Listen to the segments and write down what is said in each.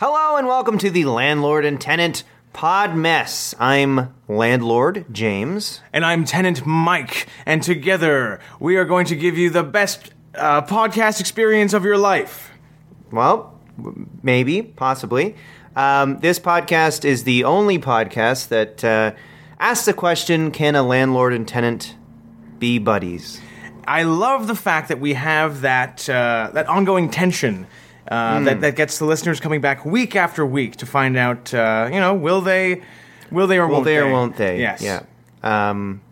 Hello and welcome to the Landlord and Tenant Pod Mess. I'm Landlord James. And I'm Tenant Mike, and together we are going to give you the best uh, podcast experience of your life. Well, w- maybe, possibly. Um, this podcast is the only podcast that uh, asks the question Can a landlord and tenant be buddies? I love the fact that we have that uh, that ongoing tension Hmm. uh, that that gets the listeners coming back week after week to find out, uh, you know, will they, will they or Will won't they they or won't they? Yes, Yeah. Um,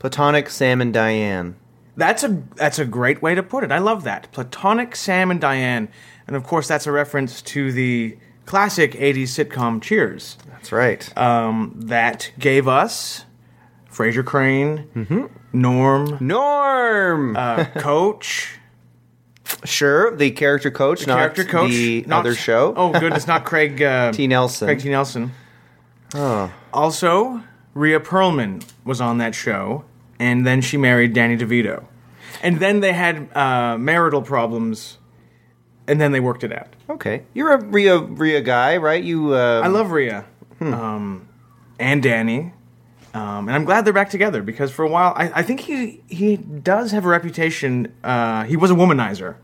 platonic Sam and Diane. That's a that's a great way to put it. I love that. Platonic Sam and Diane, and of course that's a reference to the classic '80s sitcom Cheers. That's right. um, that gave us Fraser Crane, Norm, Mm-hmm. Norm! uh, Coach, sure, the character coach, not character coach, the not- other show. Oh, good, it's not Craig uh, T. Nelson. Craig T. Nelson. Also, Rhea Perlman was on that show, and then she married Danny DeVito, and then they had uh, marital problems, and then they worked it out. Okay, you're a Rhea Rhea guy, right? You uh, I love Rhea Hmm. um, and Danny. Um, and I'm glad they're back together because for a while, I, I think he he does have a reputation. Uh, he was a womanizer.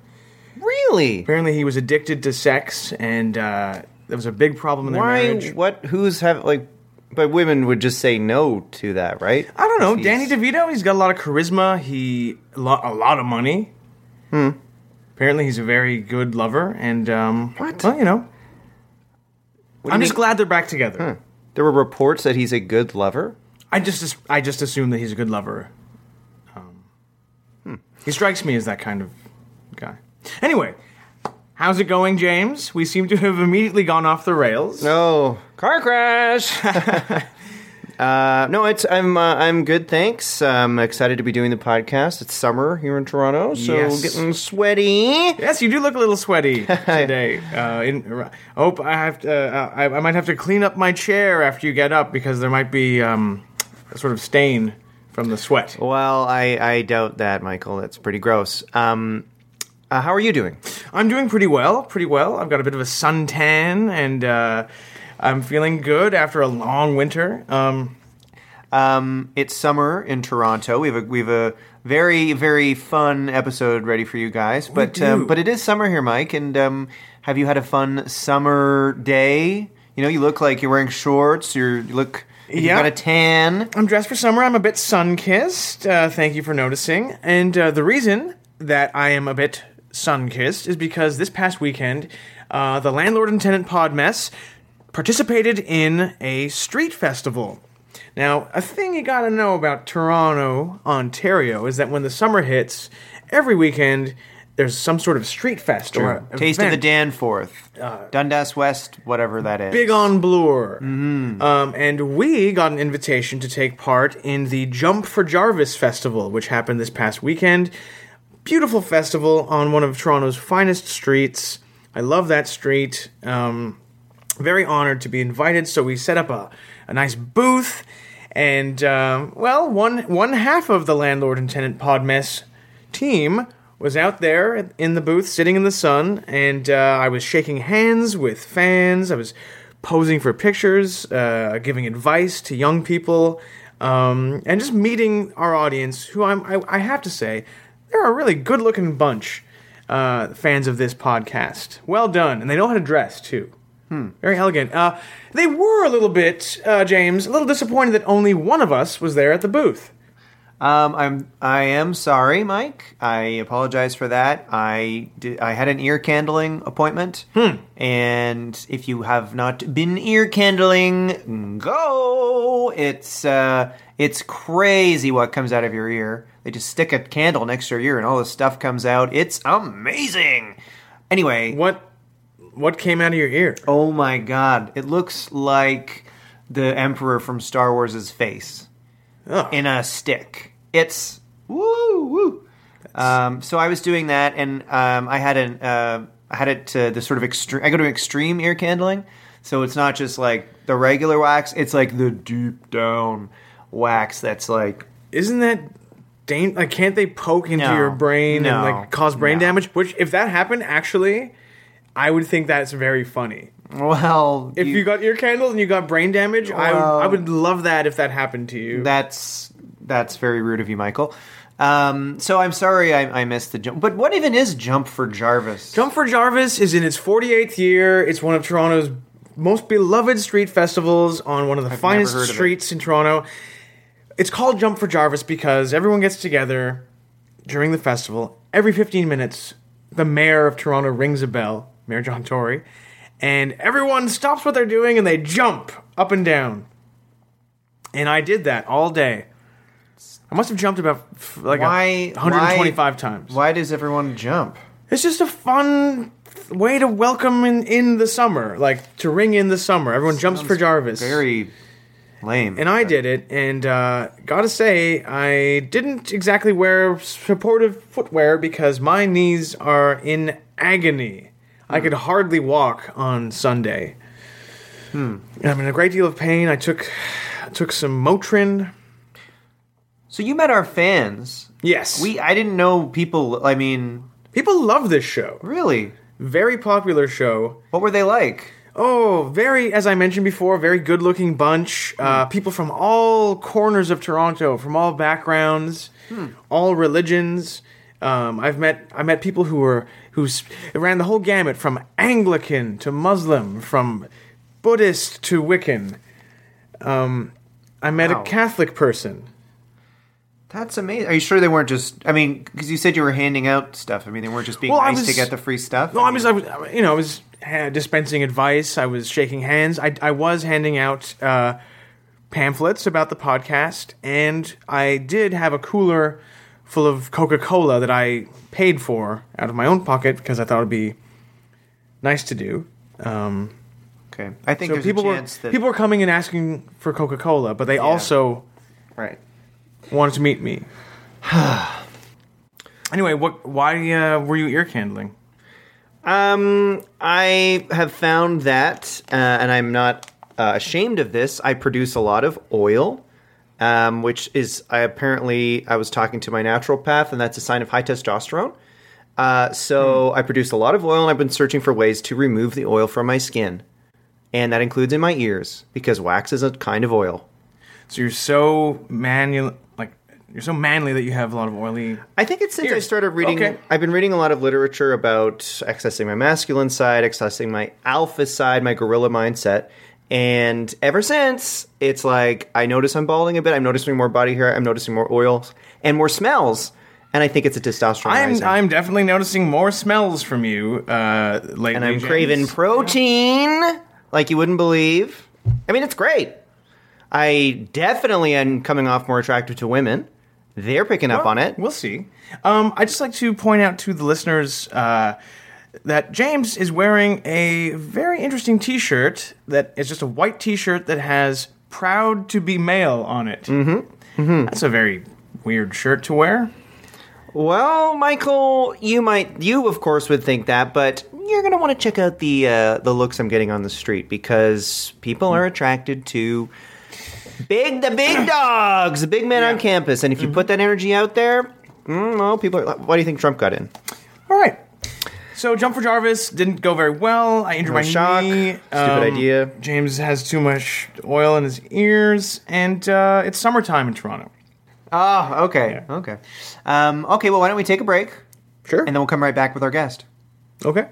really. Apparently, he was addicted to sex, and uh, that was a big problem in their Why? marriage. What? Who's have like? But women would just say no to that, right? I don't know. Jeez. Danny DeVito, he's got a lot of charisma. He a lot, a lot of money. Hmm. Apparently, he's a very good lover, and um, What? Well, you know, What do I'm you just mean? Hmm. glad they're back together. There were reports that he's a good lover. I just I just assume that he's a good lover. Um, He strikes me as that kind of guy. Anyway, how's it going, James? We seem to have immediately gone off the rails. Oh, No car crash. uh, no, it's I'm uh, I'm good. Thanks. I'm excited to be doing the podcast. It's summer here in Toronto, so Yes. getting sweaty. Yes, you do look a little sweaty today. uh, in, oh, I have to. Uh, I, I might have to clean up my chair after you get up because there might be um, a sort of stain from the sweat. Well, I I doubt that, Michael. That's pretty gross. Um, uh, how are you doing? I'm doing pretty well, pretty well. I've got a bit of a suntan and uh, I'm feeling good after a long winter. Um, Um, it's summer in Toronto. We have a we have a very very fun episode ready for you guys. But do. um, but it is summer here, Mike. And um, have you had a fun summer day? You know, you look like you're wearing shorts. You're, you look like you Yeah. got a tan. I'm dressed for summer. I'm a bit sun kissed. Uh, thank you for noticing. And uh, the reason that I am a bit sun kissed is because this past weekend, uh, the landlord and tenant pod mess participated in a street festival. Now, a thing you gotta know about Toronto, Ontario, is that when the summer hits, every weekend there's some sort of street fest or Taste of the Uh, event. Uh, Danforth, Dundas West, whatever that is. Big on Bloor. Um, and we got an invitation to take part in the Jump for Jarvis Festival, which happened this past weekend. Beautiful festival on one of Toronto's finest streets. I love that street. Um, very honored to be invited. So we set up a, a nice booth. And, um, well, one, one half of the landlord and tenant pod mess team was out there in the booth sitting in the sun. And uh, I was shaking hands with fans. I was posing for pictures, uh, giving advice to young people, um, and just meeting our audience, who I'm, I, I have to say, they're a really good looking bunch. Uh, fans of this podcast, well done, and they know how to dress too. Very elegant. Uh, they were a little bit, uh, James, a little disappointed that only one of us was there at the booth. Um, I'm I am sorry, Mike. I apologize for that. I did, I had an ear candling appointment, and if you have not been ear candling, go. It's uh, it's crazy what comes out of your ear. They just stick a candle next to your ear, and all this stuff comes out. It's amazing. Anyway, What what came out of your ear? oh my god, it looks like the Emperor from Star Wars' face Ugh. in a stick. It's woo woo. Um, so I was doing that, and um, I had an uh, I had it to the sort of extreme. I go to extreme ear candling, so it's not just like the regular wax. It's like the deep down wax that's like Isn't that dang, like can't they poke into No. your brain No. and like cause brain No. damage? Which if that happened, actually, I would think that's very funny. Well, If you, got ear candles and you got brain damage, I Well- I would love that if that happened to you. that's that's very rude of you, Michael. Um, so I'm sorry I, I missed the jump. But what even is jump for Jarvis? Jump for Jarvis is in its 48th year. It's one of Toronto's most beloved street festivals on one of the never finest heard of it. streets in Toronto. It's called Jump for Jarvis because everyone gets together during the festival. Every 15 minutes, the mayor of Toronto rings a bell, Mayor John Tory, and everyone stops what they're doing and they jump up and down. And I did that all day. I must have jumped about f- like a Why- 125 why- times. Why does everyone jump? It's just a fun way to welcome in, in the summer, like to ring in the summer. Everyone jumps for Jarvis. Very lame. and I did it, and uh, gotta say, I didn't exactly wear supportive footwear because my knees are in agony. I could hardly walk on Sunday. Hmm. I'm in a great deal of pain. I took took some Motrin. so you met our fans. Yes, We I didn't know people. I mean, people love this show. really, Very popular show. what were they like? Oh, very, as I mentioned before, very good looking bunch. Uh, people from all corners of Toronto, from all backgrounds, all religions. Um, I've met I met people who were who s- ran the whole gamut from Anglican to Muslim, from Buddhist to Wiccan. Um, I met Wow. a Catholic person. That's amazing. Are you sure they weren't just? I mean, because you said you were handing out stuff. I mean, they weren't just being Well, I nice to was- get the free stuff. No, I was, I was, you know, I was uh, dispensing advice. I was shaking hands. I, I was handing out uh, pamphlets about the podcast, and I did have a cooler full of Coca Cola that I paid for out of my own pocket because I thought it'd be nice to do. Um, okay. I think so there's people a were chance that people were coming and asking for Coca Cola, but they also right. wanted to meet me. anyway, what? Why uh, were you ear candling? Um, I have found that, uh, and I'm not uh, ashamed of this. I produce a lot of oil, um, which is I apparently I was talking to my naturopath, and that's a sign of high testosterone. Uh, so I produce a lot of oil, and I've been searching for ways to remove the oil from my skin, and that includes in my ears because wax is a kind of oil. So you're so manu like you're so manly that you have a lot of oily. I think it's since I Ears. started reading. Okay. I've been reading a lot of literature about accessing my masculine side, accessing my alpha side, my gorilla mindset. And ever since, it's like I notice I'm balding a bit. I'm noticing more body hair. I'm noticing more oils and more smells. And I think it's a testosterone I'm rising. I'm definitely noticing more smells from you uh, lately. and I'm James. craving protein like you wouldn't believe. I mean, it's great. I definitely am coming off more attractive to women. They're picking up on it. We'll see. Um, I just like to point out to the listeners uh, that James is wearing a very interesting T-shirt that is just a white T-shirt that has "Proud to be male" on it. Mm-hmm. That's a very weird shirt to wear. Well, Michael, you might you of course would think that, but you're going to want to check out the uh, the looks I'm getting on the street because people are attracted to big the big dogs, the big men on campus, and if you put that energy out there, mm, well, people are why do you think Trump got in? All right. So jump for Jarvis didn't go very well. I injured my shock. knee. Um, Stupid idea. James has too much oil in his ears, and uh, it's summertime in Toronto. Oh, okay. Okay. Um, okay, well, why don't we take a break Sure. and then we'll come right back with our guest. okay.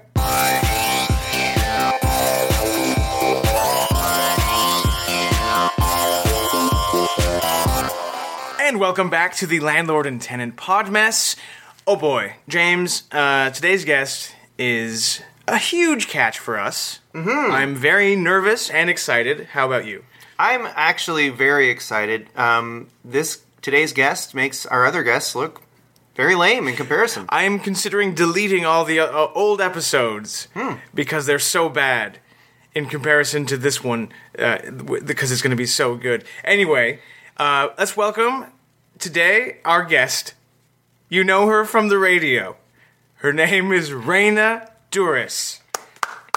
And welcome back to the landlord and tenant pod mess. Oh boy, James. Uh, today's guest is a huge catch for us. Mm-hmm. I'm very nervous and excited. How about you? I'm actually very excited. Um, this today's guest makes our other guests look very lame in comparison. I am considering deleting all the uh, old episodes because they're so bad in comparison to this one uh, w- because it's going to be so good. Anyway, uh, let's welcome today our guest. You know her from the radio. Her name is Raina Duris.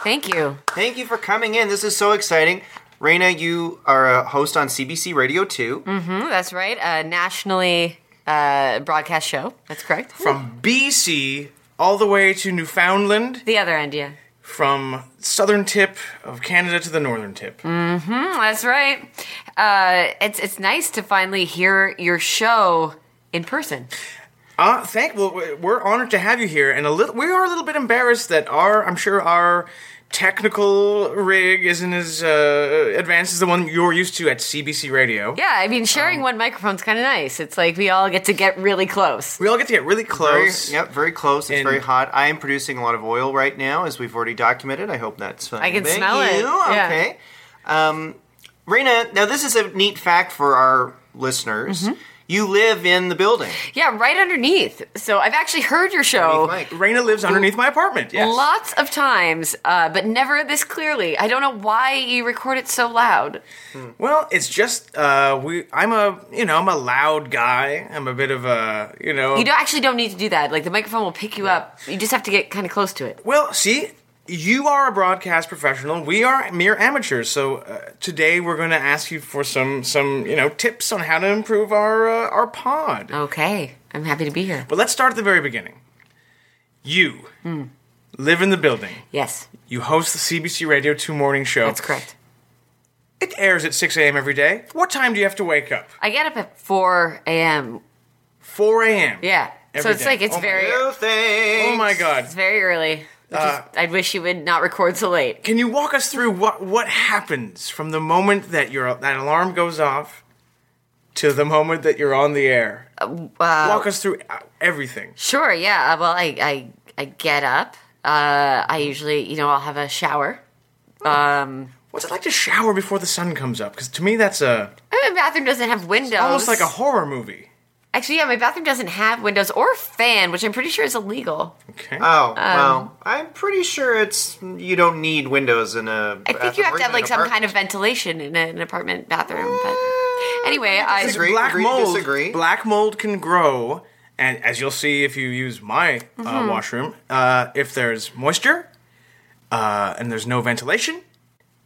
Thank you. Thank you for coming in. This is so exciting. Raina, you are a host on CBC Radio 2. Mm, that's right. A nationally uh, broadcast show. That's correct. From BC all the way to Newfoundland, The other end, yeah. from southern tip of Canada to the northern tip. Mm, That's right. Uh, it's it's nice to finally hear your show in person. Uh, thank well, we- we're honored to have you here, and a little we are a little bit embarrassed that our I'm sure our technical rig isn't as uh, advanced as the one you're used to at CBC Radio. Yeah, I mean, Um, sharing one microphone's kind of nice. It's like we all get to get really close. We all get to get really Very, close. yep, very close. It's And- very hot. I am producing a lot of oil right now, as we've already documented. I hope that's fine. I can with smell it. you. Yeah. Okay. Um, Raina, now this is a neat fact for our listeners. Mm-hmm. You live in the building. Yeah, right underneath. So I've actually heard your show. Mike. Raina lives underneath my apartment. Yes. Lots of times, uh, but never this clearly. I don't know why you record it so loud. Well, it's just uh, we. I'm a you know I'm a loud guy. I'm a bit of a you know. You do actually don't need to do that. Like the microphone will pick you up. You just have to get kind of close to it. Well, see, you are a broadcast professional. We are mere amateurs. So uh, today we're going to ask you for some some you know tips on how to improve our uh, our pod. Okay, I'm happy to be here. But let's start at the very beginning. You Hmm. live in the building. Yes, You host the CBC Radio Two morning show. that's correct. It airs at 6 a.m. every day. What time do you have to wake up? I get up at 4 a.m. 4 a.m. Yeah, so Every it's day. like it's Oh my very No thanks. Oh my God. Uh, it's very early. Which is, I'd wish you would not record so late. Can you walk us through what what happens from the moment that your that alarm goes off to the moment that you're on the air? walk us through uh, everything. Sure, yeah. uh, Well, I I, I get up. Uh, I usually, you know, I'll have a shower. Um, What's it like to shower before the sun comes up? Because to me, that's a my bathroom doesn't have windows. almost like a horror movie. Actually, yeah, my bathroom doesn't have windows or fan, which I'm pretty sure is illegal. Okay. Oh, Um, well, I'm pretty sure it's you don't need windows in a. I think you have to have like some kind of ventilation in an apartment bathroom. But anyway, I disagree. black agree to mold. disagree. Black mold can grow, and as you'll see if you use my uh, washroom, uh, if there's moisture uh, and there's no ventilation,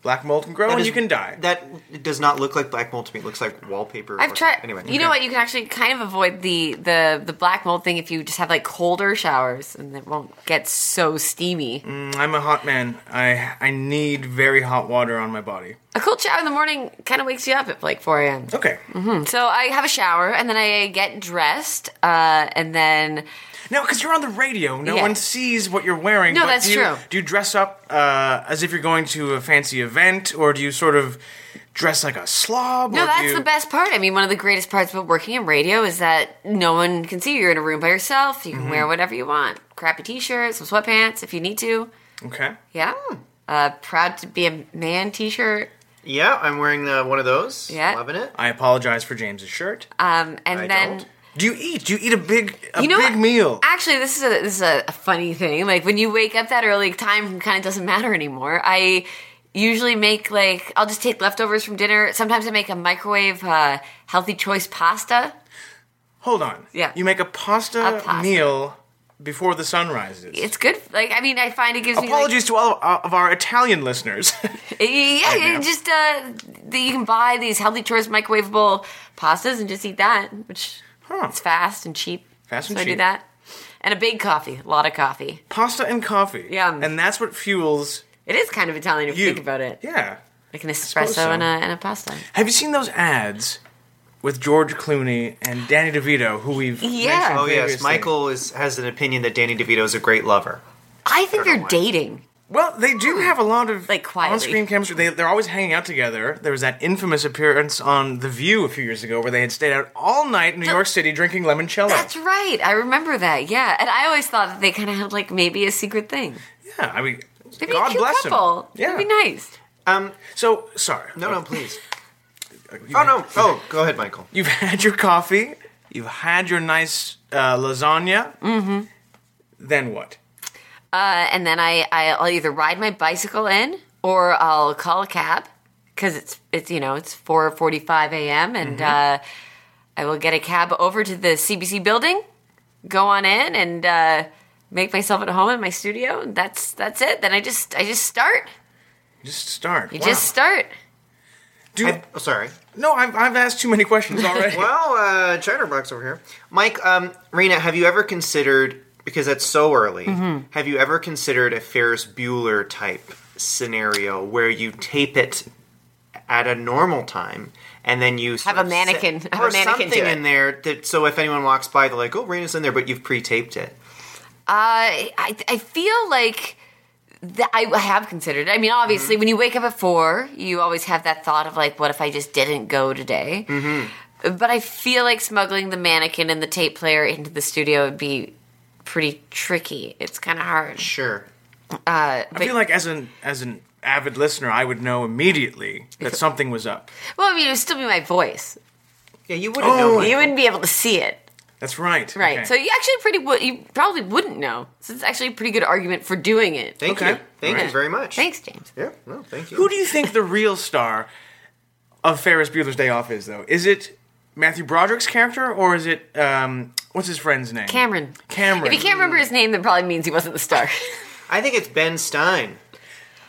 black mold can grow and you can die. That does not look like black mold to me. It looks like wallpaper. I've or- tried. Anyway, you know what? You can actually kind of avoid the the the black mold thing if you just have like colder showers and it won't get so steamy. Mm. I'm a hot man. I I need very hot water on my body. A cold shower in the morning kind of wakes you up at like 4 a.m. Okay. Hmm. So I have a shower and then I get dressed uh, and then Now, because you're on the radio, no Yeah. one sees what you're wearing. No, but that's do you, true. Do you dress up uh, as if you're going to a fancy event, or do you sort of dress like a slob? No, or do that's you- the best part. I mean, one of the greatest parts about working in radio is that no one can see you. You're in a room by yourself. You can Mm-hmm. wear whatever you want. Crappy t-shirt, some sweatpants if you need to. Okay. Yeah. Hmm. Uh, proud to be a man t-shirt. yeah, I'm wearing uh, one of those. Yeah. loving it. I apologize for James's shirt. Um, and I then don't. do you eat? Do you eat a big a you know big what? meal? Actually, this is a this is a, a funny thing. Like when you wake up that early, time kind of doesn't matter anymore. I usually make like I'll just take leftovers from dinner. Sometimes I make a microwave uh, healthy choice pasta. Hold on. Yeah. You make a pasta, A pasta. meal before the sun rises. It's good. Like I mean, I find it gives me like, Apologies to all of, of our Italian listeners. Yeah, know. yeah just uh, the, you can buy these healthy choice microwavable pastas and just eat that, which Huh. it's fast and cheap. Fast and so I cheap. do that, and a big coffee, a lot of coffee. Pasta and coffee. Yum. And that's what fuels It is kind of Italian if you, you. think about it, Yeah. like an espresso so. and, a, and a pasta. Have you seen those ads with George Clooney and Danny DeVito, who we've Yeah. mentioned Oh yes, previously? Michael is, has an opinion that Danny DeVito is a great lover. I think know they're why. dating. Well, they do have a lot of Like, quietly. on-screen chemistry. They, they're always hanging out together. There was that infamous appearance on The View a few years ago, where they had stayed out all night in New York City drinking limoncello. That's right. I remember that. Yeah, and I always thought that they kind of had like maybe a secret thing. yeah, I mean, They'd be a God cute bless couple. him. Yeah. It'd be nice. Um, So sorry. no, no, please. You- Oh no. Oh, go ahead, Michael. You've had your coffee. You've had your nice uh, lasagna. Mm-hmm. Then what? Uh, and then I, I I'll either ride my bicycle in or I'll call a cab because it's it's you know it's four forty five a.m. and Mm-hmm. uh, I will get a cab over to the CBC building, go on in and uh, make myself at home in my studio. That's that's it. Then I just I just start. Just start. You Wow. just start. do. I, oh, sorry. no, I've, I've asked too many questions already. Well, uh, Chatterbox over here, Mike. Um, Rena, have you ever considered because that's so early. Mm-hmm. Have you ever considered a Ferris Bueller type scenario where you tape it at a normal time and then you sort Have a of set- mannequin- have a or mannequin something do it. in there that so if anyone walks by they're like, "Oh, Raina's in there," but you've pre-taped it. I I, I feel like that I have considered. it. I mean, obviously, when you wake up at four, you always have that thought of like, what if I just didn't go today? Mm-hmm. But I feel like smuggling the mannequin and the tape player into the studio would be pretty tricky. It's kind of hard. Sure. Uh, I but- feel like as an as an avid listener, I would know immediately that something was up. well, I mean, it would still be my voice. Yeah, you wouldn't Oh, know. Mike. You wouldn't be able to see it, That's right. right? Okay. So you actually pretty would you probably wouldn't know. So it's actually a pretty good argument for doing it. Thank Okay. you. Thank Right. you very much. Thanks, James. Yeah. No, thank you. Who do you think the real star of Ferris Bueller's Day Off is, though? Is it Matthew Broderick's character, or is it um, what's his friend's name? Cameron. Cameron. If you can't remember his name, that probably means he wasn't the star. I think it's Ben Stein.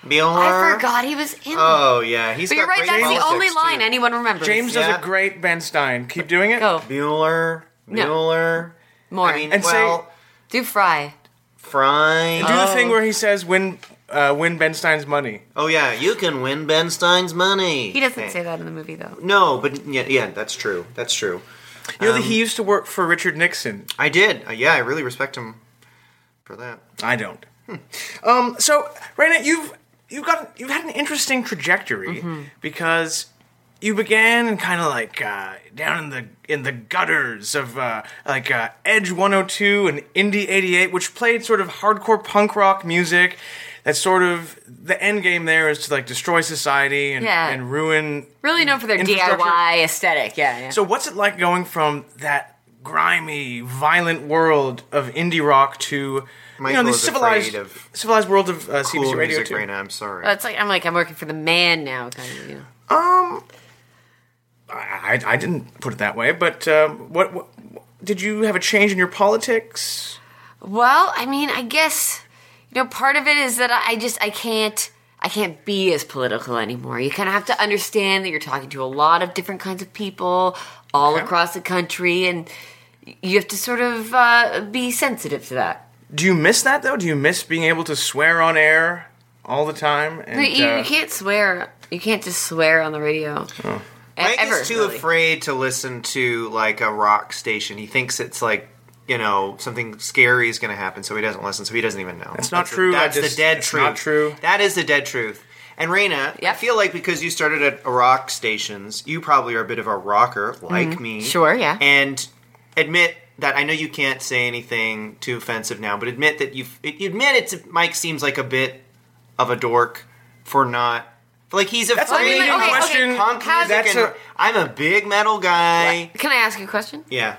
Bjorn. I forgot he was in. it. Oh yeah, he's. but you're got right. great That's the politics, only line Too. anyone remembers. James does Yeah. a great Ben Stein. Keep doing it. go Bueller. No. Bueller. more. I mean, And say- well, do Fry. Do Oh. Fry. the thing where he says, "Win, uh, win Ben Stein's money." Oh yeah, you can win Ben Stein's money. He doesn't Okay. say that in the movie though. No, but yeah, yeah, that's true. That's true. You know that Um, he used to work for Richard Nixon. I did. Uh, yeah, I really respect him for that. I don't. Um, so, Raina, you've you've got you've had an interesting trajectory because you began kind of like uh, down in the in the gutters of uh, like uh, Edge 102 and Indie 88, which played sort of hardcore punk rock music. That's sort of the end game. There is to like destroy society and, Yeah. and ruin Really known for their Infrastructure. DIY aesthetic. Yeah, yeah. So what's it like going from that grimy, violent world of indie rock to you Michael know the is civilized afraid of civilized world of uh, CBC Cool Radio music, too? right now. I'm sorry. But it's like I'm like I'm working for the man now, kind of. You know. Um, I, I didn't put it that way, but um, what, what did you have a change in your politics? Well, I mean, I guess you know part of it is that I I just I can't I can't be as political anymore. You kind of have to understand that you're talking to a lot of different kinds of people all Okay. across the country, and you have to sort of uh, be sensitive to that. Do you miss that though? Do you miss being able to swear on air all the time? And, But you, uh, you can't swear. You can't just swear on the radio. Oh. Mike is too afraid to listen to like a rock station. He thinks it's like you know something scary is going to happen, so he doesn't listen. So he doesn't even know. That's not the- true. I that's just- the dead it's truth. not true. That is the dead truth. And Raina, I Yep. feel like because you started at rock stations, you probably are a bit of a rocker like me. Sure, yeah. And admit that I know you can't say anything too offensive now, but admit that you you admit it's Mike seems like a bit of a dork for not for like he's afraid. That's a leading wait, okay, okay. question. Punk How's- music That's and- a- I'm a big metal guy. Can I ask you a question? Yeah.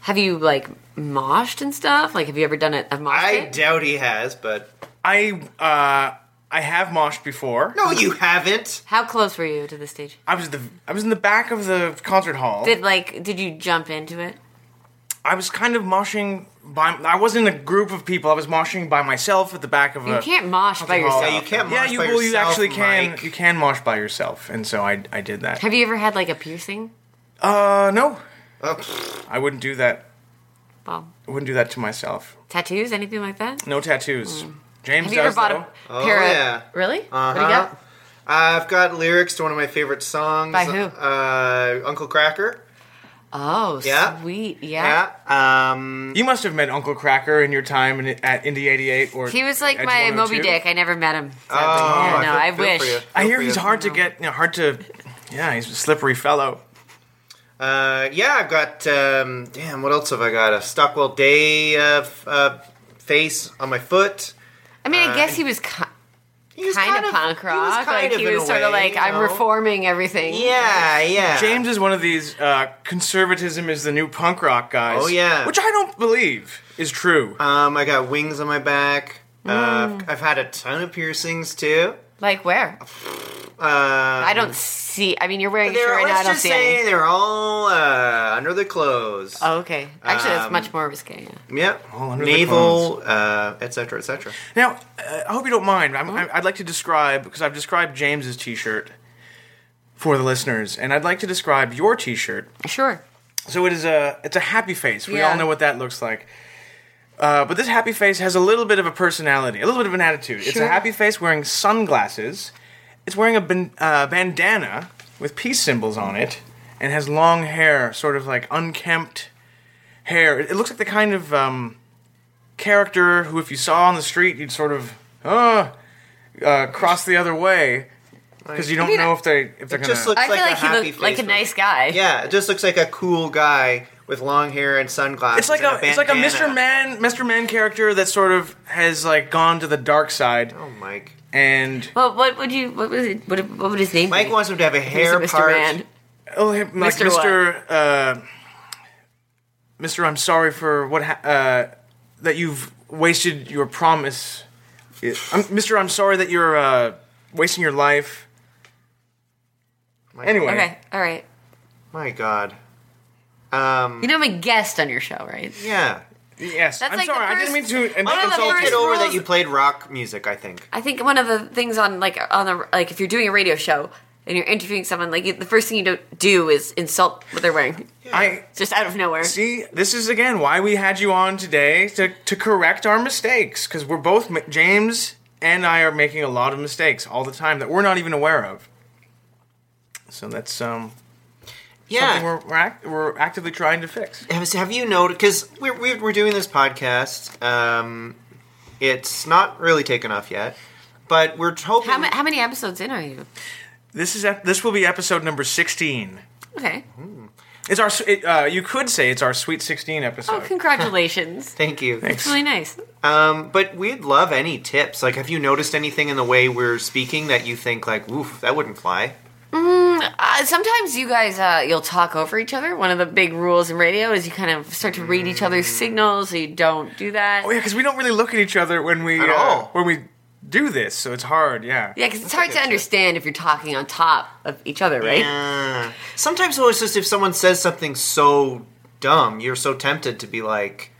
Have you like moshed and stuff? Like, have you ever done it? A mosh I pit? doubt he has, but I uh, I have moshed before. no, you haven't. How close were you to the stage? I was at the I was in the back of the concert hall. Did like did you jump into it? I was kind of moshing by. I wasn't in a group of people. I was moshing by myself at the back of a. You can't mosh by hall. yourself. Yeah, you can't Yeah, mosh you by well, you yourself, actually can. Mike. You can mosh by yourself, and so I I did that. Have you ever had like a piercing? Uh, no, Oh, pfft. I wouldn't do that. Well, I wouldn't do that to myself. tattoos, anything like that? No tattoos. James Hmm. Have you ever does bought though. a pair of? Oh, yeah. Really? What do you Uh-huh. got? I've got lyrics to one of my favorite songs. By who? Uh, Uncle Cracker. Oh, Yeah. sweet. Yeah. Yeah. Um, you must have met Uncle Cracker in your time in, at Indie '88, or He was like Edge my 102. Moby Dick. I never met him. sadly. oh, yeah, no, feel- I feel for you. wish. I Feel hear for he's you. hard to get. You know, hard to. Yeah, he's a slippery fellow. Uh, yeah, I've got. Um, damn, what else have I got? A Stockwell Day uh, f- uh, face on my foot. I mean, I guess he was ki- He was kind of punk he was rock. kind like he in was a sort of way, like you I'm know? reforming everything. Yeah, yeah. James is one of these uh, conservatism is the new punk rock guys. Oh, yeah. which I don't believe is true. Um, I got wings on my back. Uh, Mm. I've had a ton of piercings too. Like where? Uh, I don't see. I mean, you're wearing a they're, shirt right now. I let's don't just see say any. they're all uh, under the clothes. Oh, okay. Actually, that's Um, much more risque. Yeah. Yep. All under the Naval, uh, et cetera, et cetera. Now, uh, I hope you don't mind. I'm, I- I'd like to describe because I've described James's T-shirt for the listeners, and I'd like to describe your T-shirt. Sure. So it is a it's a happy face. We Yeah. all know what that looks like. Uh, but this happy face has a little bit of a personality, a little bit of an attitude. It's a Sure. happy face wearing sunglasses. It's wearing a ban- uh, bandana with peace symbols on it, and has long hair, sort of like unkempt hair. It, it looks like the kind of um, character who, if you saw on the street, you'd sort of uh, uh, cross the other way because you don't mean, know if they if they're gonna. just looks I feel like, like, a he happy looked like a face nice with- guy. Yeah, it just looks like a cool guy with long hair and sunglasses. It's like and a, it's like a Mr. bandana. Man Mr. Man character that sort of has like gone to the dark side Oh, Mike. and Well, what would you? What was it? What, what would his name? Mike be? wants him to have a Mr. hair Mr. part. Man. oh him- like Mr. what? Mr. Uh, Mr. I'm sorry for what ha- uh, that you've wasted your promise. I'm, Mr. I'm sorry that you're uh, wasting your life. Anyway, Okay, all right. My God. Um. You know, I'm a guest on your show, right? Yeah. yes, That's I'm like the sorry. I didn't mean first- to. And One of the insult first you. Get over that rules- you played rock music. I think. I think one of the things on like on the like if you're doing a radio show and you're interviewing someone, like you- the first thing you don't do is insult what they're wearing, I just out of nowhere. See, this is again why we had you on today to, to correct our mistakes because we're both ma- James and I are making a lot of mistakes all the time that we're not even aware of. So that's um something we're we're, act- we're actively trying to fix. Have, have you noticed? Because we're, we're, we're doing this podcast. Um, it's not really taken off yet, but we're hoping. How, ma- how many episodes in are you? This is ep- this will be episode number sixteen. Okay. Mm-hmm. It's our s- it, uh, you could say it's our sweet sixteen Oh, episode. congratulations! Thank you. It's really nice. Um, but we'd love any tips. Like, have you noticed anything in the way we're speaking that you think, like, oof, that wouldn't fly? Uh, sometimes you guys uh, you'll talk over each other. One of the big rules in radio is you kind of start to read each other's Mm. signals. So you don't do that. Oh yeah, because we don't really look at each other when we At uh, all. when we do this, so it's hard. Yeah. Yeah, because it's a hard good to tip. understand if you're talking on top of each other, right? Yeah. Sometimes though, it's just if someone says something so dumb, you're so tempted to be like,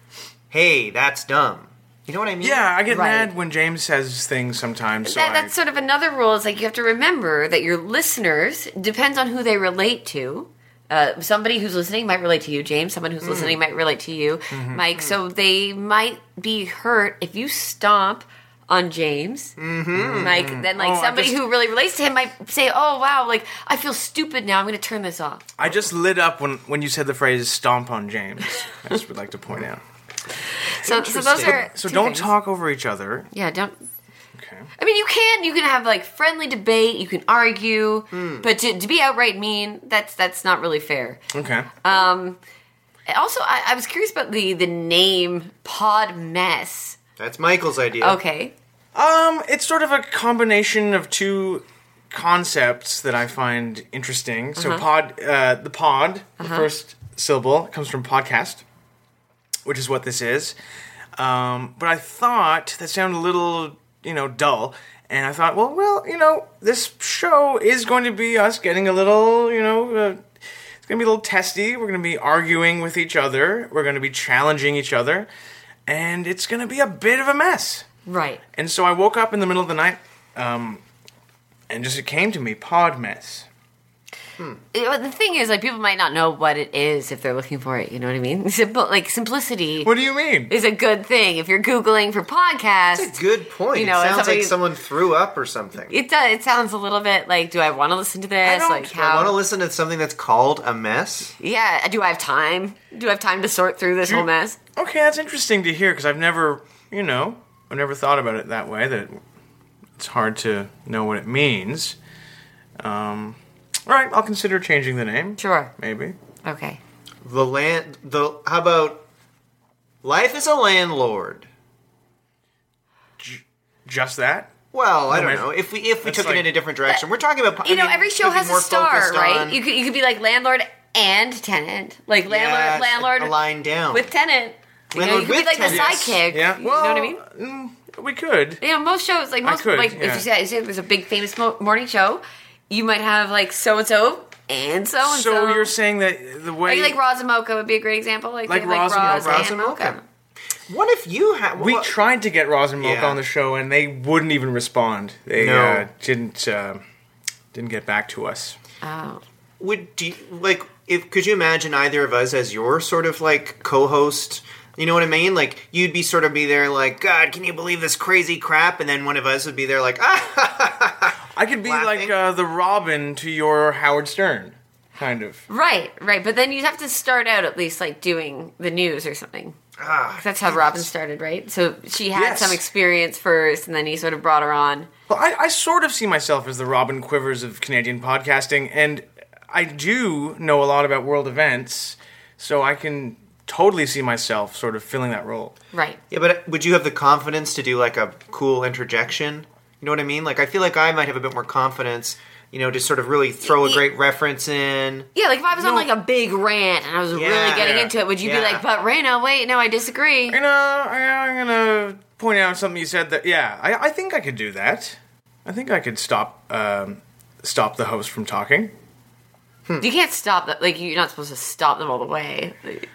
"Hey, that's dumb." You know what I mean? Yeah, I get Right. mad when James says things sometimes. So that, I- that's sort of another rule is like you have to remember that your listeners depends on who they relate to uh, somebody who's listening might relate to you james someone Hmm. who's listening might relate to you Mm-hmm. mike so they might be hurt if you stomp on james mike then like Oh, I somebody just- who really relates to him might say oh wow like i feel stupid now i'm gonna turn this off I just lit up when, when you said the phrase "stomp on James." I just would like to point out. so, so those are So do two don't things. talk over each other. yeah don't Okay. I mean, you can you can have like friendly debate, you can argue, Hmm. but to, to be outright mean that's that's not really fair. Okay. Um, also, I, I was curious about the the name Pod Mess. That's Michael's idea. Okay, Um, it's sort of a combination of two concepts that I find interesting. So pod, uh, the pod, the first syllable comes from podcast, which is what this is. Um, but I thought that sounded a little, you know, dull. And I thought, well, well, you know, this show is going to be us getting a little, you know, uh, it's going to be a little testy. We're going to be arguing with each other. We're going to be challenging each other. And it's going to be a bit of a mess. right. And so I woke up in the middle of the night, um, and just it came to me, pod mess. It- well, Uh, the thing is, like, people might not know what it is if they're looking for it. You know what I mean? Simple, like simplicity What do you mean? is a good thing if you're googling for podcasts. That's a good point. You know, it sounds somebody- like someone threw up or something. it does. It sounds a little bit like, do I want to listen to this? don't. Like, I how? want to listen to something that's called a mess. yeah. Do I have time? Do I have time to sort through this You- whole mess? Okay, that's interesting to hear because I've never, you know, I never thought about it that way. That it, it's hard to know what it means. Um, all right, I'll consider changing the name. Sure. Maybe. Okay. The land. The how about life is a landlord? J- just that. Well, I No, don't my- know. If we if we That's took it like- in a different direction, we're talking about. I Uh, you know, mean, every it show could be has a more star, focused right? on- You could you could be like landlord and tenant, like landlord Yes, landlord a line Oh. down. with tenant. You, know, Landlord you could be with like the tenant. sidekick. Yeah. you Well, know what I mean? mm, we could. You know, most shows like most could, like yeah. if you say, say there's a big famous mo- morning show, you might have like so and so and so and so. So you're saying that the way um, like, like Roz and Mocha would be a great example. Like Like they Roz have, and like Roz, Mocha. Roz and and Mocha. Mocha. What if you had? We tried to get Roz and Mocha Yeah. on the show, and they wouldn't even respond. They No. uh, didn't uh, didn't get back to us. Oh. would do you, like if could you imagine either of us as your sort of like co-host You know what I mean? Like you'd be sort of be there, like God, can you believe this crazy crap? And then one of us would be there, like ah, I could be like Laughing. uh, the Robin to your Howard Stern, kind of. Right, right. But then you'd have to start out at least like doing the news or something. 'Cause that's how Robin started, right? So she had Ah, Yes. some experience first, and then he sort of brought her on. Well, I, I sort of see myself as the Robin Quivers of Canadian podcasting, and I do know a lot about world events, so I can totally see myself sort of filling that role. Right. yeah. But uh, would you have the confidence to do like a cool interjection? You know what I mean? Like I feel like I might have a bit more confidence, you know, to sort of really throw a great reference in. Yeah, like if I was on No. like a big rant and I was really Yeah. getting into it, would you be Yeah. like, "But Raina, wait, no, I disagree." You know, I, I'm gonna point out something you said that. Yeah, I, I think I could do that. I think I could stop um, stop the host from talking. Mm. You can't stop that. Like you're not supposed to stop them all the way. Like,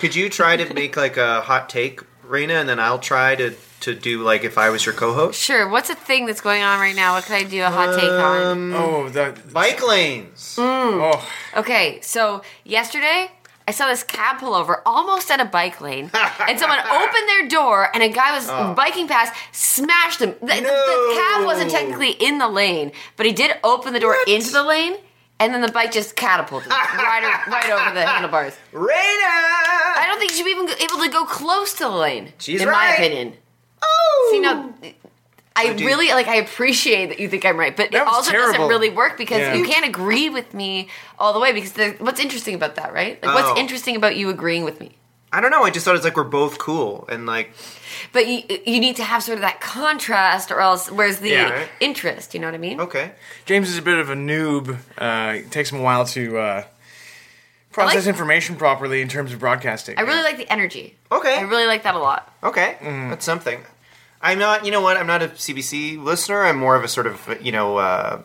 Could you try to make like a hot take, Raina, and then I'll try to to do like if I was your co-host? Sure. What's a thing that's going on right now? What could I do a hot take on? Um, Oh, the Bike lanes. Mm. oh, Okay, so yesterday I saw this cab pullover almost at a bike lane, and someone opened their door, and a guy was biking past, smashed him. The, the- the cab wasn't Oh. No. technically in the lane, but he did open the door into the lane, and then the bike just catapulted right, o- right over the handlebars. I Raina. don't think you should be even able to go close to the lane. She's in my right. opinion. Oh. See now. I do- really like. I appreciate that you think I'm right, but it That was also terrible. doesn't really work because Yeah. you can't agree with me all the way. Because the, what's interesting about that, right? Like, Oh. what's interesting about you agreeing with me? I don't know. I just thought it's like we're both cool and like But you you need to have sort of that contrast, or else where's the Yeah, right. interest? You know what I mean? okay. James is a bit of a noob. Uh, it takes him a while to uh, process like- information properly in terms of broadcasting. I really like the energy. Okay. I really like that a lot. Okay, Mm. that's something. I'm not. You know what? I'm not a CBC listener. I'm more of a sort of you know, uh,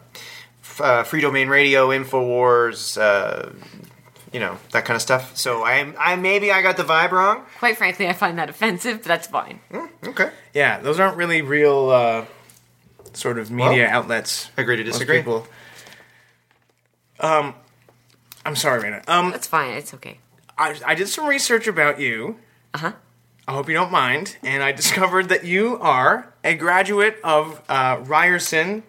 f- uh, free domain radio, Infowars, uh, you know that kind of stuff. So I, I maybe I got the vibe wrong. Quite frankly, I find that offensive, but that's fine. Okay, Yeah, those aren't really real uh, sort of media Well, outlets. agree to Most disagree. people- Um, I'm sorry, Raina. Um, That's fine. It's okay. I, I did some research about you. Uh huh. I hope you don't mind. And I discovered that you are a graduate of uh, Ryerson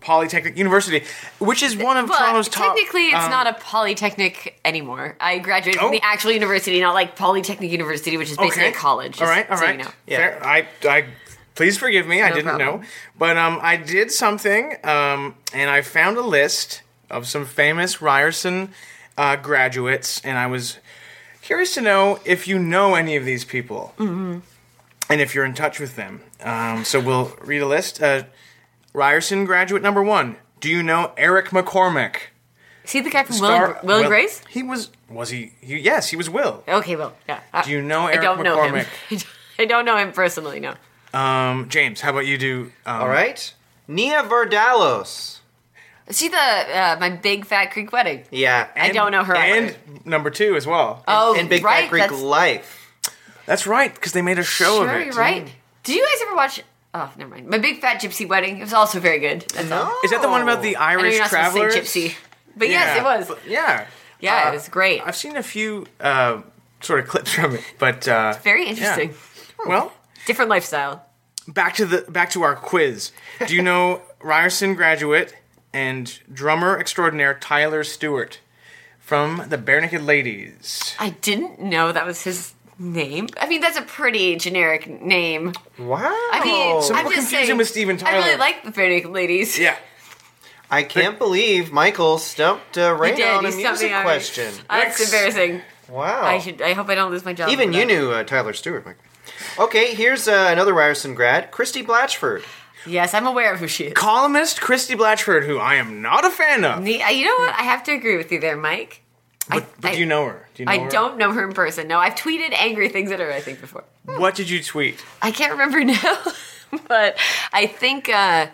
Polytechnic University, which is one of Well, Toronto's top. technically, it's um, not a polytechnic anymore. I graduated from Oh. the actual university, not like Polytechnic University, which is basically a college. All right, all so you right. know. Yeah. Fair. I, I, please forgive me. I No didn't problem. know, but um, I did something, um, and I found a list of some famous Ryerson uh, graduates, and I was curious to know if you know any of these people, mm-hmm. and if you're in touch with them. Um, so we'll read a list. Uh, Ryerson graduate number one. Do you know Eric McCormick? See the guy from Will, and, Star- Will, and Grace? He was. Was he? he yes, he was Will. Okay, Will. Yeah. Uh, Do you know I Eric don't know him. McCormick? I don't know him personally. No. Um, James, how about you do? Um, all right. Nia Vardalos. See the uh, my big fat Creek wedding. Yeah, I don't know her. And either. number two as well. oh, and Big right. Fat Greek that's, Life. That's right, because they made a show sure, of you're it. right. Did you guys ever watch? Oh, never mind. My big fat gypsy wedding. It was also very good. That's all. Is that the one about the Oh. I know Irish you're not supposed travelers? to say gypsy, but yes, Yeah, it was. but- yeah. Yeah, Uh, it was great. I've seen a few uh, sort of clips from it, but uh, Very yeah. interesting. Well, Different lifestyle. back to the back to our quiz. Do you know Ryerson graduate and drummer extraordinaire Tyler Stewart from the Bare Naked Ladies? I didn't know that was his name. I mean, that's a pretty generic name. Wow. I mean, So I'm we're just confusing saying, with Steven I really Tyler. like the Fair Naked Ladies. Yeah. I can't believe Michael stumped uh, He Raina did. on a He stumped music me on- question. Uh, it's Yikes. embarrassing. Wow. Oh. I should. I hope I don't lose my job. Even for you that. knew uh, Tyler Stewart, Mike. Okay, here's uh, another Ryerson grad, Christy Blatchford. Yes, I'm aware of who she is. Columnist Christy Blatchford, who I am not a fan of. Ne- uh, you know what? I have to agree with you there, Mike. Hmm. But, but I, do you know her? Do you know I her? don't know her in person. No, I've tweeted angry things at her. I think before. What did you tweet? I can't remember now, but I think uh,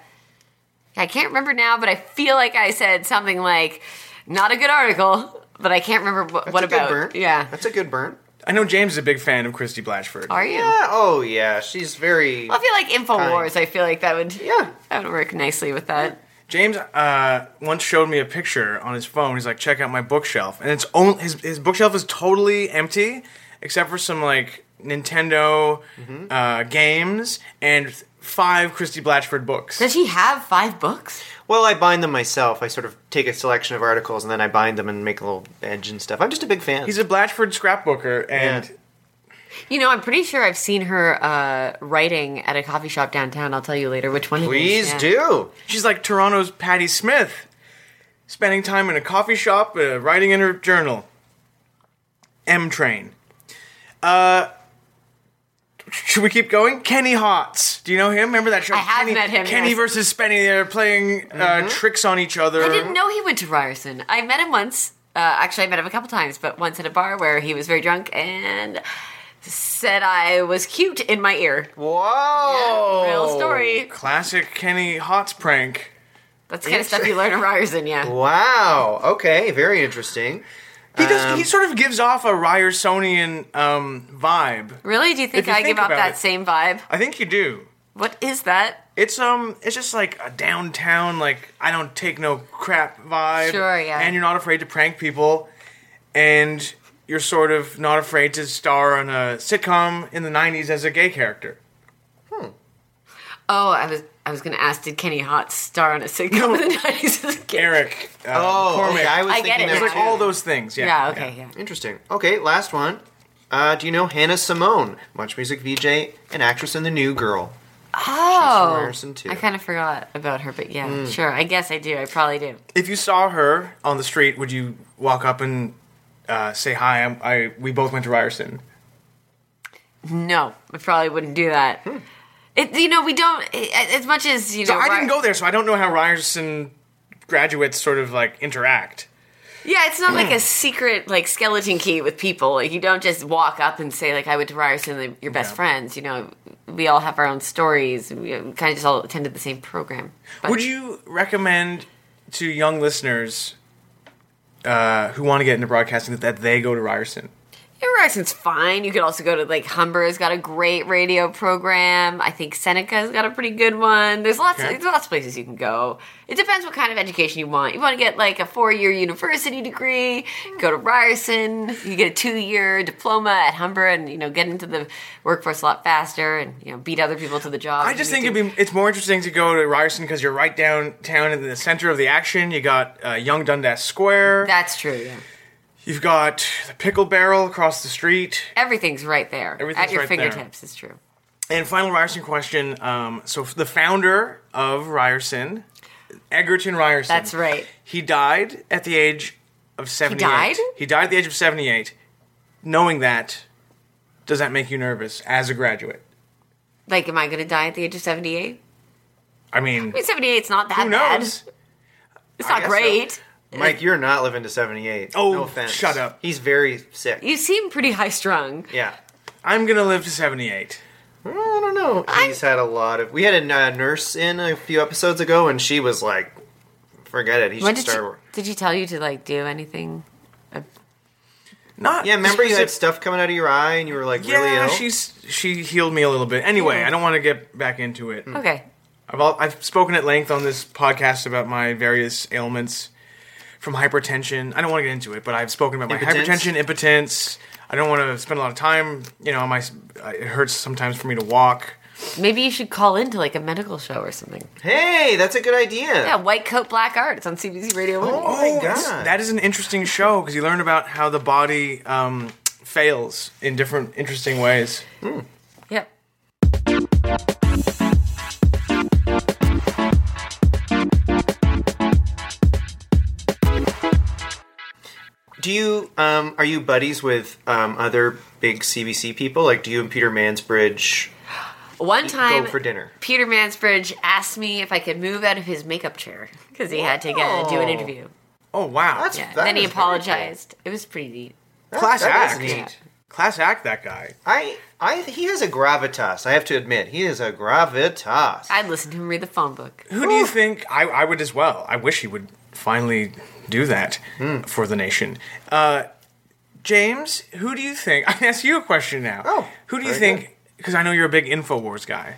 I can't remember now. But I feel like I said something like, "Not a good article," but I can't remember what, what That's a about. good burn. Yeah, that's a good burn. I know James is a big fan of Christy Blatchford. are you? Yeah. Oh yeah, she's very. I feel like Infowars. I feel like that would Yeah. that would work nicely with that. James uh, once showed me a picture on his phone. He's like, "Check out my bookshelf," and it's only his his bookshelf is totally empty except for some like Nintendo Mm-hmm. uh, games and five Christy Blatchford books. Does she have five books? Well, I bind them myself. I sort of take a selection of articles and then I bind them and make a little edge and stuff. I'm just a big fan. He's a Blatchford scrapbooker, and Yeah. You know, I'm pretty sure I've seen her uh, writing at a coffee shop downtown. I'll tell you later which one. it is. Please Yeah. do. she's like Toronto's Patti Smith, spending time in a coffee shop, uh, writing in her journal. M Train. Uh, should we keep going? Kenny Hotz. Do you know him? Remember that show? I have Kenny, met him, Kenny yes. Mm-hmm. versus Spenny. They're playing uh, tricks on each other. I didn't know he went to Ryerson. I met him once. Uh, actually, I met him a couple times, but once at a bar where he was very drunk and said I was cute in my ear. Whoa. Oh. Yeah, real story. Classic Kenny Hotz prank. That's the kind of stuff you learn at Ryerson, yeah. Wow. Okay. Very interesting. He does. Um, he sort of gives off a Ryersonian um, vibe. Really? Do you think If you I think give off about that it. same vibe? I think you do. What is that? It's um, it's just like a downtown, like I don't take no crap vibe. Sure, yeah. And you're not afraid to prank people, and you're sort of not afraid to star on a sitcom in the '90s as a gay character. Oh, I was I was going to ask, did Kenny Hot star on a sitcom in the 90s as a kid? Eric. Uh, Oh, McCormick. okay. I was I get thinking it that It's now. like too. all those things. Yeah. Yeah, okay, yeah. Interesting. Okay. Last one. Uh, do you know Hannah Simone? Much music VJ, an actress in The New Girl. Oh, Ryerson, too. I kind of forgot about her, but yeah, Mm. sure. I guess I do. I probably do. If you saw her on the street, would you walk up and uh, say hi? I'm, I we both went to Ryerson. No, I probably wouldn't do that. It, you know, we don't. i- As much as you know, Hmm. So I didn't Ry- go there, so I don't know how Ryerson graduates sort of like interact. Yeah, it's not like Hmm. a secret like skeleton key with people. Like you don't just walk up and say like I went to Ryerson, like, your best Yeah. friends. You know, we all have our own stories. We uh, kind of just all attended the same program. But Would you recommend to young listeners uh, who want to get into broadcasting that they go to Ryerson? Yeah, Ryerson's fine. You could also go to like Humber's got a great radio program. I think Seneca's got a pretty good one. There's lots Okay. of there's lots of places you can go. It depends what kind of education you want. You want to get like a four year university degree, go to Ryerson, you get a two year diploma at Humber and you know, get into the workforce a lot faster and you know, beat other people to the job. I if just you think need it'd be it's more interesting to go to Ryerson because you're right downtown in the center of the action. You got uh, Young Dundas Square. to. That's true, yeah. You've got the Pickle Barrel across the street. Everything's right there. Everything's at your right there. fingertips, it's true. And final Ryerson question. Um, so f- the founder of Ryerson, Egerton Ryerson. That's right. He died at the age of 78. died? He died at the age of 78. Knowing that, does that make you nervous as a graduate? Like, am I gonna die at the age of seventy eight? I mean, I mean seventy eight's not that who bad. knows? It's not guess so. great. Mike, you're not living to 78. Oh, no offense. shut up. He's very sick. You seem pretty high strung. yeah. I'm going to live to 78. Well, I don't know. He's had a lot of. We had a uh, nurse in a few episodes ago, and she was like, "Forget it. He When should did start." you, work." did she tell you to like do anything? Not Yeah, remember you had specific- stuff coming out of your eye, and you were like really Yeah, ill. she's she healed me a little bit. Anyway, I don't want to get back into it. Hmm. Okay. I've, all, I've spoken at length on this podcast about my various ailments from hypertension. I don't want to get into it, but I've spoken about Impotence? my hypertension, impotence. I don't want to spend a lot of time. You know, my it hurts sometimes for me to walk. Maybe you should call into like a medical show or something. Hey, that's a good idea. Yeah, White Coat Black Art. It's on CBC Radio 1. Oh my that's- God. that is an interesting show because you learn about how the body um, fails in different interesting ways. Yep. Do you um are you buddies with um other big CBC people? Like, do you and Peter Mansbridge One time, go for dinner? Peter Mansbridge asked me if I could move out of his makeup chair because he had to get, do an Wow. interview. Oh wow, That's Yeah. That then he is very cool. apologized. It was pretty neat. class That is act. neat. Class act. That guy. I I he has a gravitas. I have to admit, he is a gravitas. I'd listen to him read the phone book. Who do you think? I, I would as well. I wish he would finally do that Hmm. for the nation. Uh, James, who do you think? I can ask you a question now. Oh, who do you very think? Because I know you're a big Infowars guy.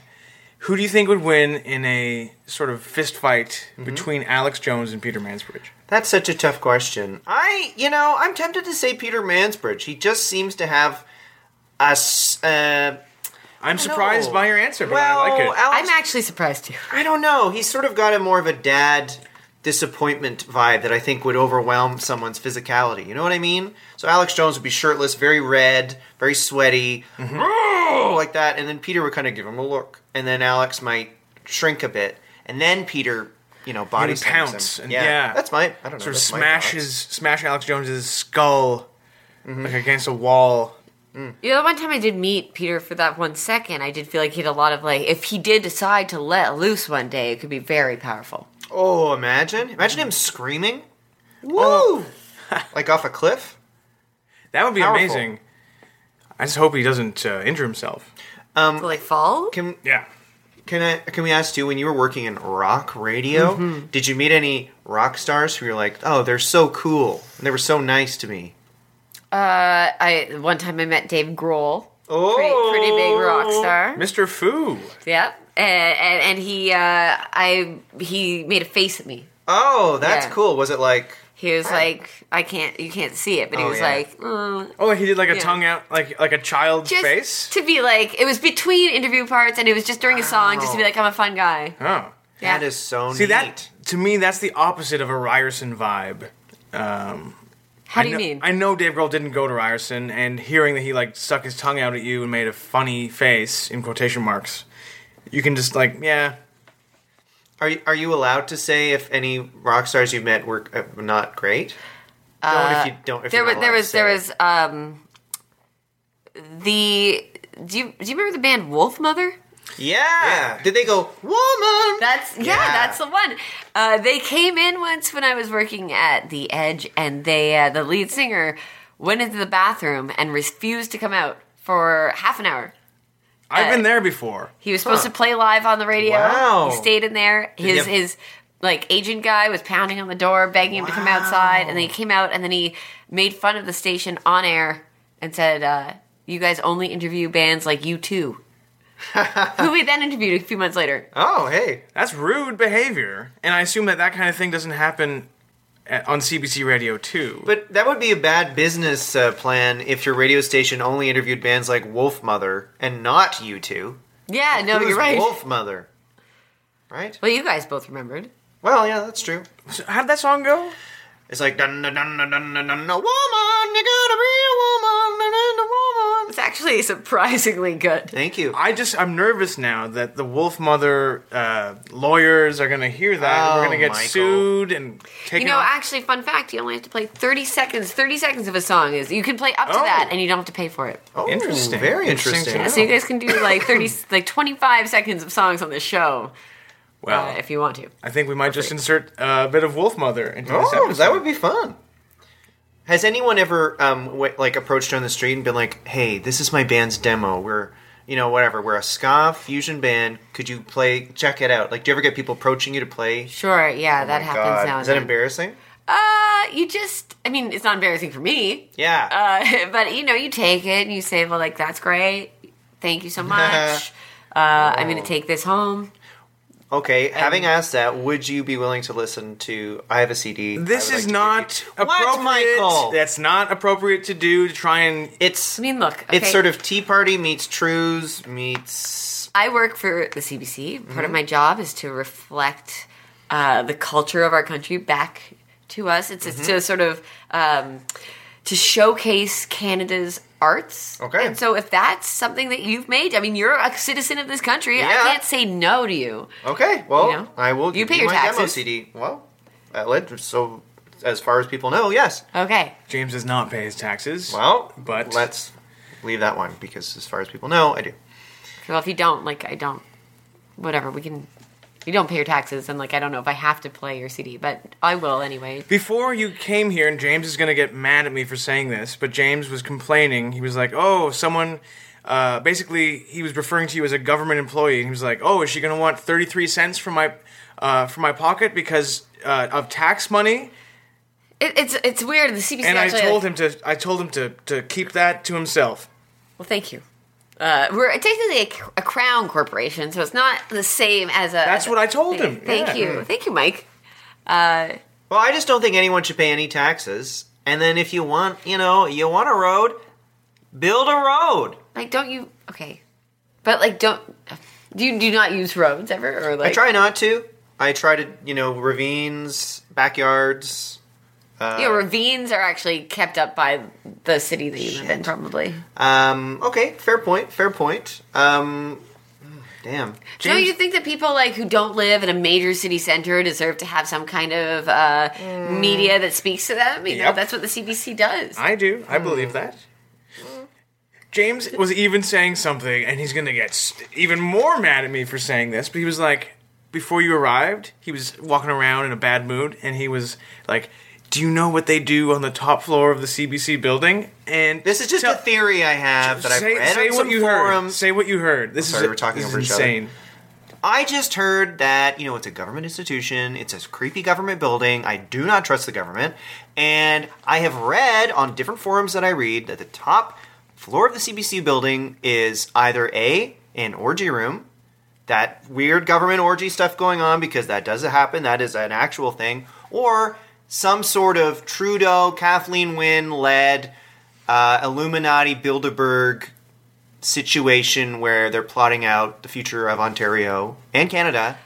Who do you think would win in a sort of fist fight Mm-hmm. between Alex Jones and Peter Mansbridge? That's such a tough question. I, you know, I'm tempted to say Peter Mansbridge. He just seems to have a s- uh, I'm surprised by your answer, but well, I like it. Alex, I'm actually surprised too. I don't know. He's sort of got a more of a dad disappointment vibe that I think would overwhelm someone's physicality. You know what I mean? So Alex Jones would be shirtless, very red, very sweaty, Mm-hmm. "Roar," like that, and then Peter would kind of give him a look, and then Alex might shrink a bit, and then Peter, you know, body would slams pounce, him. and yeah. that's my. I don't know. sort of that's my smash thoughts. his smash Alex Jones's skull Mm-hmm. like against a wall. The other one time I did meet Peter for that one second, I did feel like he had a lot of like, if he did decide to let loose one day, it could be very powerful. Oh, imagine! Imagine him screaming, Mm-hmm. woo, like off a cliff. That would be Powerful. amazing. I just hope he doesn't uh, injure himself. So, like fall? Can Yeah. Can I? Can we ask too? When you were working in rock radio, did you meet any rock stars who you're like, oh, they're so cool and they were so nice to me? Uh, I one time I met Dave Grohl, Oh, pretty, pretty big rock star. Mr. Foo. Yep, and and, and he uh, I he made a face at me. Oh, that's Yeah. cool. Was it like? He was like, I can't, you can't see it, but he Oh, was yeah. like, "Mm." Oh, he did like a Yeah. tongue out, like like a child's just face. to be like, it was between interview parts, and it was just during a song, just to be Wow. like, I'm a fun guy. oh, Yeah. That is so see neat. that to me, that's the opposite of a Ryerson vibe. Um, How I do you kno- mean? I know Dave Grohl didn't go to Ryerson, and hearing that he like stuck his tongue out at you and made a funny face in quotation marks, you can just like, yeah, Are you, are you allowed to say if any rock stars you've met were uh, not great? don't if you don't. If Uh, there you're was not there allowed to was there say was um the do you do you remember the band Wolf Mother? it. Yeah. Did they go woman? That's yeah, Yeah. that's the one. Uh, they came in once when I was working at the Edge, and they uh, the lead singer went into the bathroom and refused to come out for half an hour. I've Uh, been there before. He was supposed to play live on the radio. Wow. He stayed in there. he His have- his like agent guy was pounding on the door, begging him to come Wow. outside, and then he came out and then he made fun of the station on air and said, uh, "You guys only interview bands like you two. Who we then interviewed a few months later. oh, hey. That's rude behavior, and I assume that that kind of thing doesn't happen at, on CBC Radio too. But that would be a bad business uh, plan if your radio station only interviewed bands like Wolf Mother and not you two. Yeah, no, Who's you're right. Wolf Mother. Right? Well, you guys both remembered. Well, yeah, that's true. So how'd that song go? It's like dun dun dun dun dun dun dun. A woman, you gotta be a woman, dun, dun, dun, woman. It's actually surprisingly good. Thank you. I just I'm nervous now that the Wolf Mother uh, lawyers are gonna hear that. and Oh, we're gonna get Michael. sued and taken. You know, off- actually, fun fact: you only have to play thirty seconds. Thirty seconds of a song is you can play up to Oh. that, and you don't have to pay for it. Oh, Interesting. Very Interesting interesting. to So you guys can do like thirty, like twenty-five seconds of songs on this show well, uh, if you want to. I think we might just insert a bit of Wolf Mother into this Oh, episode. that would be fun. Has anyone ever um w- like approached you on the street and been like, "Hey, this is my band's demo. We're you know whatever. We're a ska fusion band. Could you play? Check it out." Like, do you ever get people approaching you to play? Sure, yeah, that Oh My happens God. now. And Is that then. embarrassing? Uh, you just, I mean, it's not embarrassing for me. Yeah. Uh, but you know, you take it and you say, well, like that's great. Thank you so much. uh, I'm Oh. gonna take this home. Okay, um, having asked that, would you be willing to listen to I have a CD? This I would is like not to give you- appropriate. What, Michael? That's not appropriate to do to try and It's I mean, look, it's okay, sort of Tea Party meets Trues meets I work for the CBC. Part of my job is to reflect uh, the culture of our country back to us. It's, it's to sort of um, to showcase Canada's arts. Okay. And so if that's something that you've made, I mean, you're a citizen of this country. Yeah. I can't say no to you. Okay, well, You know? I will You give pay you your my demo taxes. CD. Well, I led so as far as people know, yes. Okay. James does not pay his taxes. Well, but let's leave that one because as far as people know, I do. Well, if you don't, like, I don't. Whatever. We can. You don't pay your taxes, and like, I don't know if I have to play your CD, but I will anyway. Before you came here, and James is going to get mad at me for saying this, but James was complaining. He was like, oh, someone. Uh, basically, he was referring to you as a government employee, and he was like, "Oh, is she going to want thirty-three cents from my, uh, from my pocket because uh, of tax money?" It, it's it's weird. The CBC. And I actually, told like- him to, I told him to, to keep that to himself. Well, thank you. Uh, we're technically a, cr- a crown corporation, so it's not the same as a. That's as a- what I told him. Thank Yeah. Hmm. you, thank you, Mike. Well, I just don't think anyone should pay any taxes. And then if you want, you know, you want a road, build a road. Like, don't you? Okay, but like, don't do you do you not use roads ever? Or I like, try not to. I try to, you know, ravines, backyards. Uh, You know, ravines are actually kept up by the city that you live in, probably. um, okay, fair point, fair point. Um, damn. do No, you think that people like who don't live in a major city center deserve to have some kind of uh, media that speaks to them? You know, Hmm. Yep. that's what the CBC does. I do. Hmm. I believe that. James was even saying something, and he's gonna get s- even more mad at me for saying this. But he was like, before you arrived, he was walking around in a bad mood, and he was like, "Do you know what they do on the top floor of the CBC building?" And This is just tell- a theory I have that I've say, read say on what some you heard. forums. Say what you heard. This sorry, is we're talking this over is each other. insane. I just heard that, you know, it's a government institution, it's a creepy government building. I do not trust the government. And I have read on different forums that I read that the top floor of the CBC building is either A, an orgy room, that weird government orgy stuff going on because that does happen, that is an actual thing, or some sort of Trudeau, Kathleen Wynne led uh, Illuminati Bilderberg situation where they're plotting out the future of Ontario and Canada.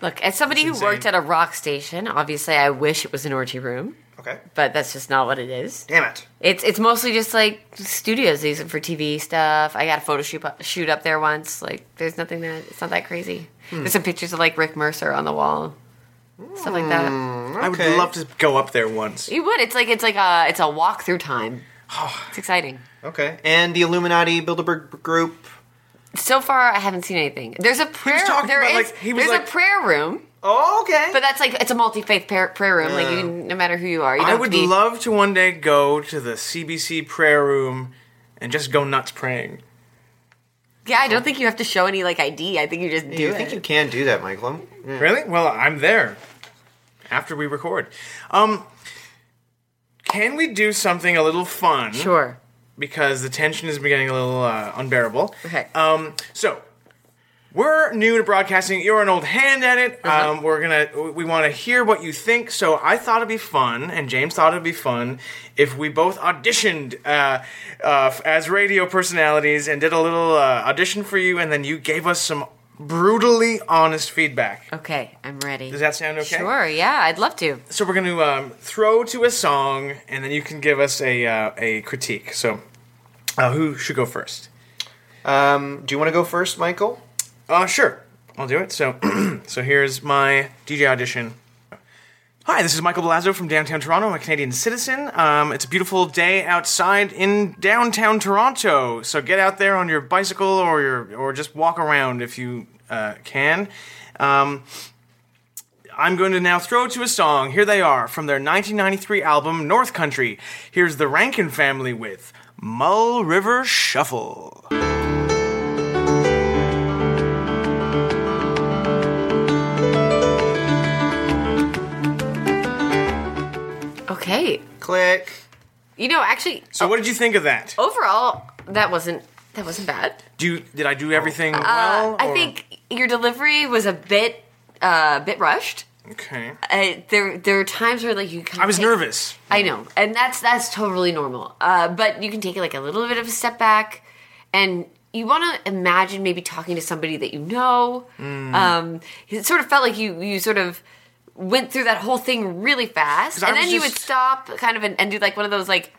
Look, as somebody who That's worked insane. at a rock station, obviously I wish it was an orgy room, Okay. but that's just not what it is. Damn it. It's it's mostly just like studios they use it for TV stuff. I got a photo shoot up, shoot up there once. Like, there's nothing that it's not that crazy. Hmm. There's some pictures of like Rick Mercer on the wall, stuff like that. I would Okay. love to go up there once. You would. It's like it's like a it's a walkthrough time. It's exciting. Okay. And the Illuminati Bilderberg group. So far, I haven't seen anything. There's a prayer. talking There is. about, like, he was there's like- a prayer room, Oh, okay. but that's like it's a multi faith prayer, prayer room. Like you, can- no matter who you are, you don't I have would to be- love to one day go to the CBC prayer room and just go nuts praying. Yeah, I don't think you have to show any like ID. I think you just do do you it. think you can do that, Michael? I'm- yeah. Really? Well, I'm there after we record. Um, can we do something a little fun? sure. Because the tension is getting a little uh, unbearable. Okay. Um, so we're new to broadcasting. You're an old hand at it. Uh-huh. Um, we're gonna we want to hear what you think. So I thought it'd be fun, and James thought it'd be fun if we both auditioned uh, uh, as radio personalities and did a little uh, audition for you, and then you gave us some brutally honest feedback. Okay, I'm ready. Does that sound okay? Sure. Yeah, I'd love to. So we're going to um, throw to a song, and then you can give us a uh, a critique. So, uh, who should go first? Um, do you want to go first, Michael? Uh, sure, I'll do it. So, so here's my DJ audition. Hi, this is Michael Belazzo from downtown Toronto. I'm a Canadian citizen. Um, it's a beautiful day outside in downtown Toronto. So get out there on your bicycle or your or just walk around if you uh, can. Um, I'm going to now throw to a song. Here they are from their 1993 album North Country. Here's the Rankin Family with Mull River Shuffle. Okay. Click. You know, actually, So what did you think of that? overall, that wasn't that wasn't bad. Do you, did I do everything well? Uh, I or- think your delivery was a bit uh, a bit rushed. Okay. Uh, there there are times where like you kind of I was take- nervous. I know, and that's that's totally normal. Uh, but you can take like a little bit of a step back, and you want to imagine maybe talking to somebody that you know. Mm. Um, it sort of felt like you you sort of went through that whole thing really fast, 'Cause I and then was you just- would stop kind of and, and do like one of those like.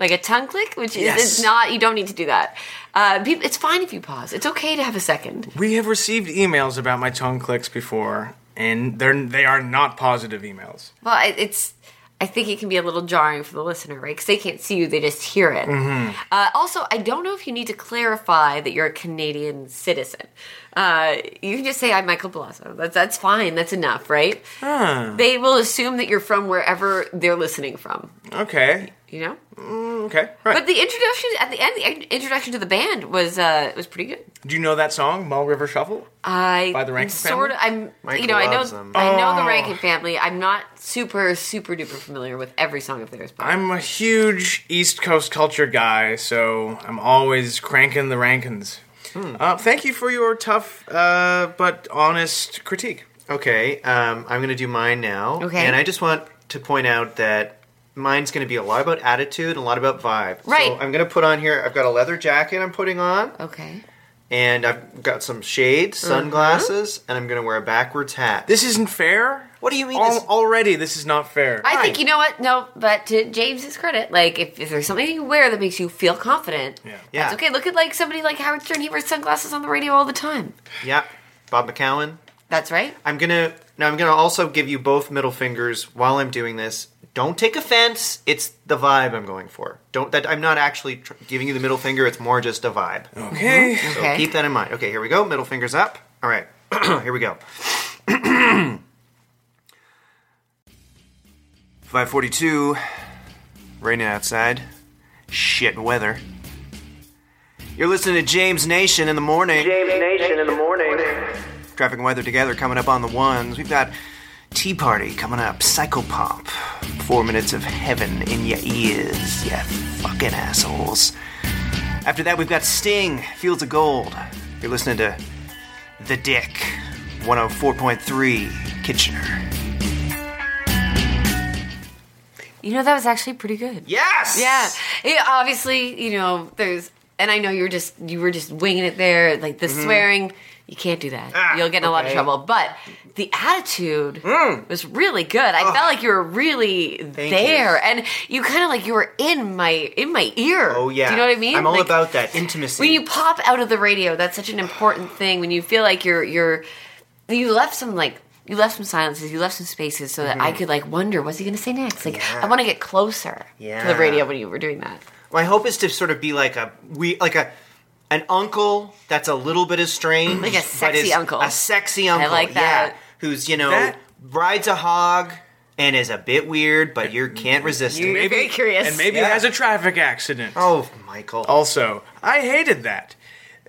Like a tongue click, which is Yes. it's not. You don't need to do that. Uh, people, it's fine if you pause. It's okay to have a second. We have received emails about my tongue clicks before, and they're they are not positive emails. Well, I- it's. I think it can be a little jarring for the listener, right? Because they can't see you; they just hear it. Mm-hmm. Uh, also, I don't know if you need to clarify that you're a Canadian citizen. Uh, you can just say, "I'm Michael Blossom." That's that's fine. That's enough, right? Hmm. They will assume that you're from wherever they're listening from. Okay. Mm, You know. Okay. Right. But the introduction at the end, the in- introduction to the band was uh, was pretty good. do you know that song, Mall River Shuffle? I By the Rankin sort of. I'm Michael you know I know loves them. I know the Oh. Rankin family. I'm not super super duper familiar with every song of theirs. But I'm a huge East Coast culture guy, so I'm always cranking the rankins. Hmm. Uh, thank you for your tough uh, but honest critique. Okay, um, I'm going to do mine now. Okay. And I just want to point out that mine's going to be a lot about attitude and a lot about vibe. Right. So I'm going to put on here. I've got a leather jacket I'm putting on, Okay. and I've got some shades, sunglasses, and I'm going to wear a backwards hat. This isn't fair. what do you mean? Al- this- already, this is not fair. I Right. think you know what? No, but to James's credit, like if, if there's something you wear that makes you feel confident, Yeah. Yeah. that's okay. Look at like somebody like Howard Stern; he wears sunglasses on the radio all the time. yeah, Bob McCowan. That's right. I'm gonna now. I'm gonna also give you both middle fingers while I'm doing this. Don't take offense. It's the vibe I'm going for. Don't that I'm not actually tr- giving you the middle finger. It's more just a vibe. okay. So Okay. keep that in mind. Okay, here we go. Middle fingers up. All right, here we go. 542, raining outside. Shit weather. You're listening to James Nation in the morning. James Nation in the morning. Traffic and weather together coming up on the ones. We've got Tea Party coming up, Psychopomp, four minutes of heaven in your ears, you fucking assholes. After that, we've got Sting, Fields of Gold. You're listening to The Dick, 104.3 Kitchener. You know that was actually pretty good. Yes! Yeah. It, obviously, you know, there's, and I know you were just you were just winging it there, like the swearing. You can't do that. Mm-hmm. Ah, You'll get in a lot okay. of Mm. trouble. But the attitude was really good. I felt like you were really there, you. and you kind of like you were in my in my ear. Oh, yeah. Do you know what I mean? I'm all Like, about that intimacy. when you pop out of the radio that's such an important thing when you feel like you're you're you left some like you left some silences you left some spaces so that i could like wonder what's he going to say next like Yeah. i want to get closer to Yeah. the radio when you were doing that My hope is to sort of be like a we like a an uncle that's a little bit estranged, Like a but sexy is uncle. a sexy uncle. like Yeah, that. who's you know That- rides a hog and is a bit weird, but you can't resist You- it. You're very curious. And maybe Yeah. has a traffic accident. Oh, Michael. Also, I hated that.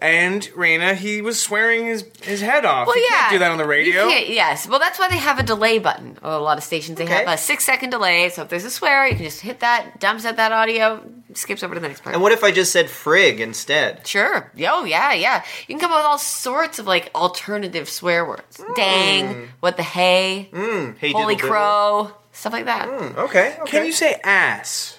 And Raina, he was swearing his, his head off. well you yeah can't do that on the You radio. can't- yes well that's why they have a delay button a lot of stations they Okay. have a six second delay so if there's a swear you can just hit that dumps out that audio skips over to the next part And what if I just said frig instead? Sure. Oh, yeah, yeah. You can come up with all sorts of like alternative swear words. Dang. What the hey. Hey, Holy diddle diddle. crow. Stuff like that. Hmm. Okay, okay. Can you say ass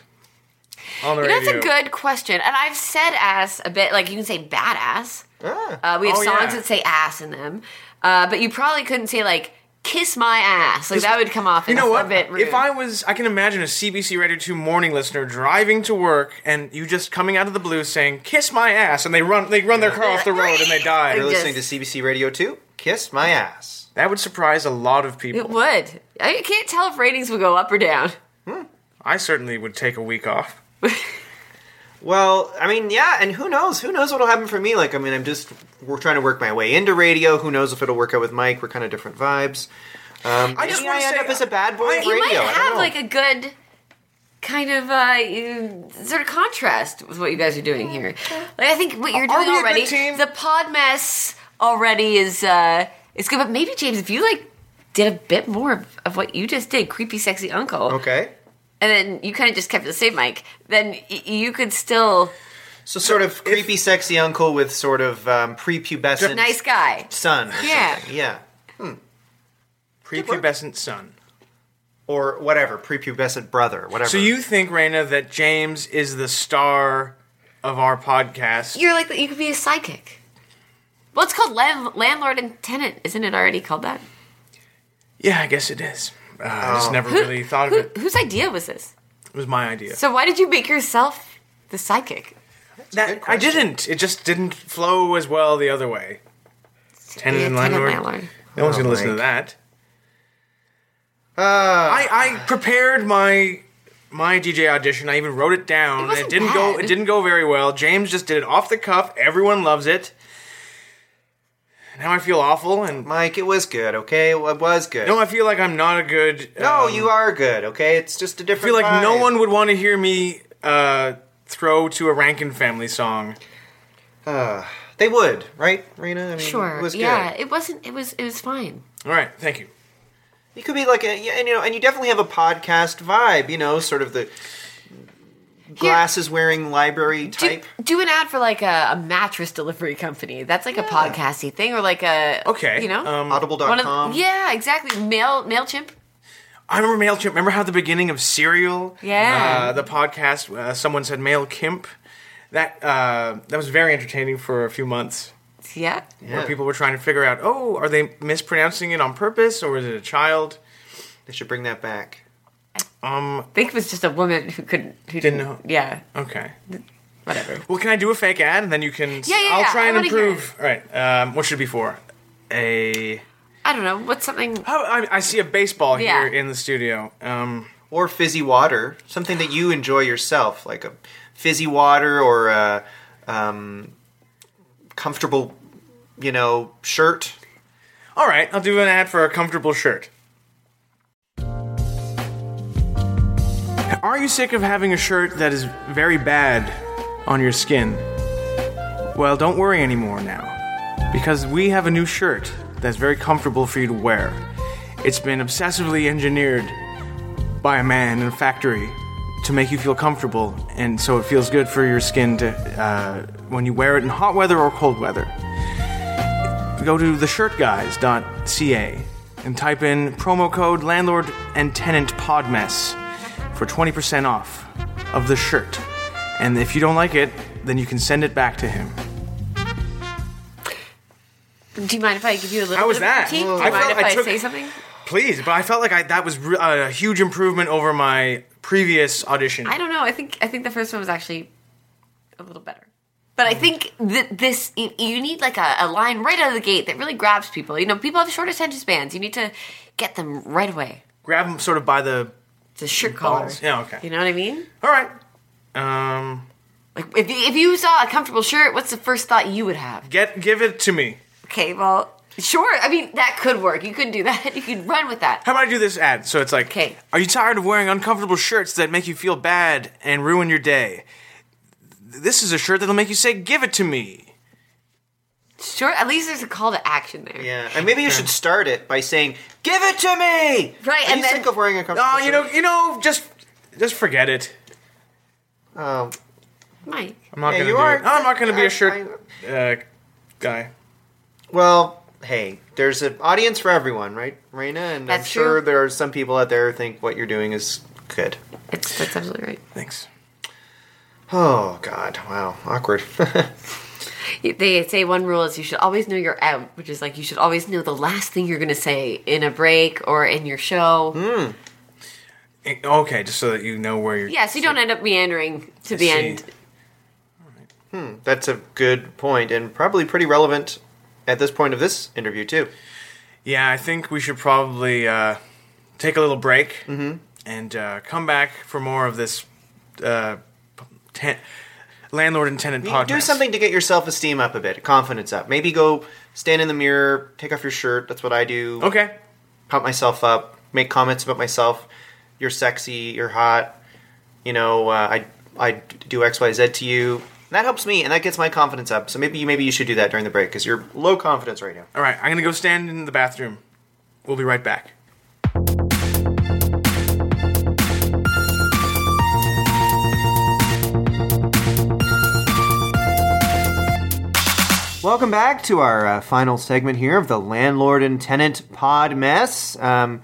on the You know, radio? that's a good question. And I've said ass a bit. Like, you can say badass. Uh, we have Oh, songs yeah. that say ass in them. Uh, but you probably couldn't say, like, kiss my ass. Like, that would come off You as know a what? bit rude. If I was, I can imagine a CBC Radio 2 morning listener driving to work and you just coming out of the blue saying, kiss my ass, and they run, they run their car off the road and they die. You're Yes. listening to CBC Radio 2? Kiss my ass. That would surprise a lot of people. It would. I can't tell if ratings would go up or down. I certainly would take a week off. Well, I mean, yeah, and who knows? Who knows what'll happen for me? Like, I mean, I'm just we're trying to work my way into radio. Who knows if it'll work out with Mike? We're kind of different vibes. Um, I just I wanna end say- up as a bad boy I- of you radio. uh, You might I don't have, know. like, a good kind of uh, you- sort of contrast with what you guys are doing here. Like, I think what you're Are doing we a good already, team? the pod mess already is uh, it's good. But maybe James, if you like, did a bit more of, of what you just did, creepy, sexy uncle, okay. and then you kind of just kept it the same, Mike. Then y- you could still So sort of creepy, sexy uncle with sort of um, prepubescent nice guy. son. Or Yeah. something. yeah, Hmm. Prepubescent son. or whatever prepubescent brother, whatever. So you think, Raina, that James is the star of our podcast? You're like you could be a psychic. Well, it's called land- landlord and tenant, isn't it already called that? yeah, I guess it is. Uh, I just never really thought of Who, it. whose idea was this? It was my idea. So why did you make yourself the psychic? that I didn't. It just didn't flow as well the other way. Tenant and landlord. No one's gonna listen to that. I, I prepared my my DJ audition. I even wrote it down. wasn't didn't go. bad. It didn't go very well. James just did it off the cuff. Everyone loves it. Now I feel awful, and Mike, it was good. Okay, it was good. now I feel like I'm not a good. no, um, you are good. Okay, it's just a I feel different. like no vibe. one would want to hear me uh, throw to a Rankin Family song. They would, right, Rena? I mean, Sure. It was good. yeah, it wasn't. It was. It was fine. All right, thank you. You could be like a, yeah, and you know, and you definitely have a podcast vibe, you know, sort of the glasses wearing library Do, type. do an ad for like a, a mattress delivery company. That's like a podcasty thing, or like a Okay, You know, um, Audible.com. yeah, exactly. Mail Mailchimp. I remember MailChimp. Remember how at the beginning of Serial, Yeah. uh, the podcast, uh, someone said MailKimp. That uh, that was very entertaining for a few months, Yeah. where people were trying to figure out, oh, are they mispronouncing it on purpose or is it a child? They should bring that back. Um, I think it was just a woman who couldn't. Who Didn't know. Oh, Yeah. okay. Whatever. Well, can I do a fake ad and then you can? Yeah, yeah, I'll yeah. try I and wanna hear improve. All right. Um, what should it be for? A. I don't know. What's something? Oh, I, I see a baseball Yeah. here in the studio. Um, Or fizzy water, something that you enjoy yourself, like a fizzy water or a um, comfortable, you know, shirt. all right, I'll do an ad for a comfortable shirt. Are you sick of having a shirt that is very bad on your skin? Well, don't worry anymore now, because we have a new shirt that's very comfortable for you to wear. It's been obsessively engineered by a man in a factory to make you feel comfortable, and so it feels good for your skin to uh, when you wear it in hot weather or cold weather. go to theshirtguys.ca and type in promo code landlord and tenant podmess for 20% off of the shirt. And if you don't like it, then you can send it back to him. Do you mind if I give you a little? How was bit of that? critique? Do you I mind felt if I I, took- say something? Please, but I felt like I, that was re- a huge improvement over my previous audition. I don't know. I think I think the first one was actually a little better. But I think that this you you need like a, a line right out of the gate that really grabs people. You know, people have short attention spans. You need to get them right away. Grab him sort of by the. It's a shirt collar. Balls. Yeah, okay. You know what I mean? All right. Um, Like if if you saw a comfortable shirt, what's the first thought you would have? get give it to me. Okay, well, sure. I mean, that could work. You could do that. You could run with that. How about I do this ad? So it's like, 'Kay. are you tired of wearing uncomfortable shirts that make you feel bad and ruin your day? This is a shirt that'll make you say, "Give it to me." Sure. At least there's a call to action there. Yeah, and maybe you should start it by saying, "Give it to me." Right, Are and you then- sick of wearing a comfortable? Oh, you know, shirt? you know, just, just forget it. Oh, Might. I'm not Yeah, gonna you do are- it. I'm not gonna be I- a shirt uh, guy. well, hey, there's an audience for everyone, right, Raina? And I'm That's sure true. there are some people out there who think what you're doing is good. It's, that's absolutely right. Thanks. Oh God, wow, awkward. They say one rule is you should always know you're out, which is like you should always know the last thing you're going to say in a break or in your show. Eh, Okay, just so that you know where you're. Yeah, so you don't end up meandering to the see. end. That's a good point, and probably pretty relevant at this point of this interview too. Yeah, I think we should probably uh, take a little break and uh, come back for more of this uh, ten- landlord and tenant podcast. Do something to get your self esteem up a bit, confidence up. Maybe go stand in the mirror, take off your shirt. That's what I do. Okay. Pump myself up, make comments about myself. You're sexy. You're hot. You know, uh, I I do X Y Z to you. That helps me, and that gets my confidence up. So maybe you maybe you should do that during the break because you're low confidence right now. All right, I'm gonna go stand in the bathroom. We'll be right back. Welcome back to our uh, final segment here of the landlord and tenant pod mess. Um,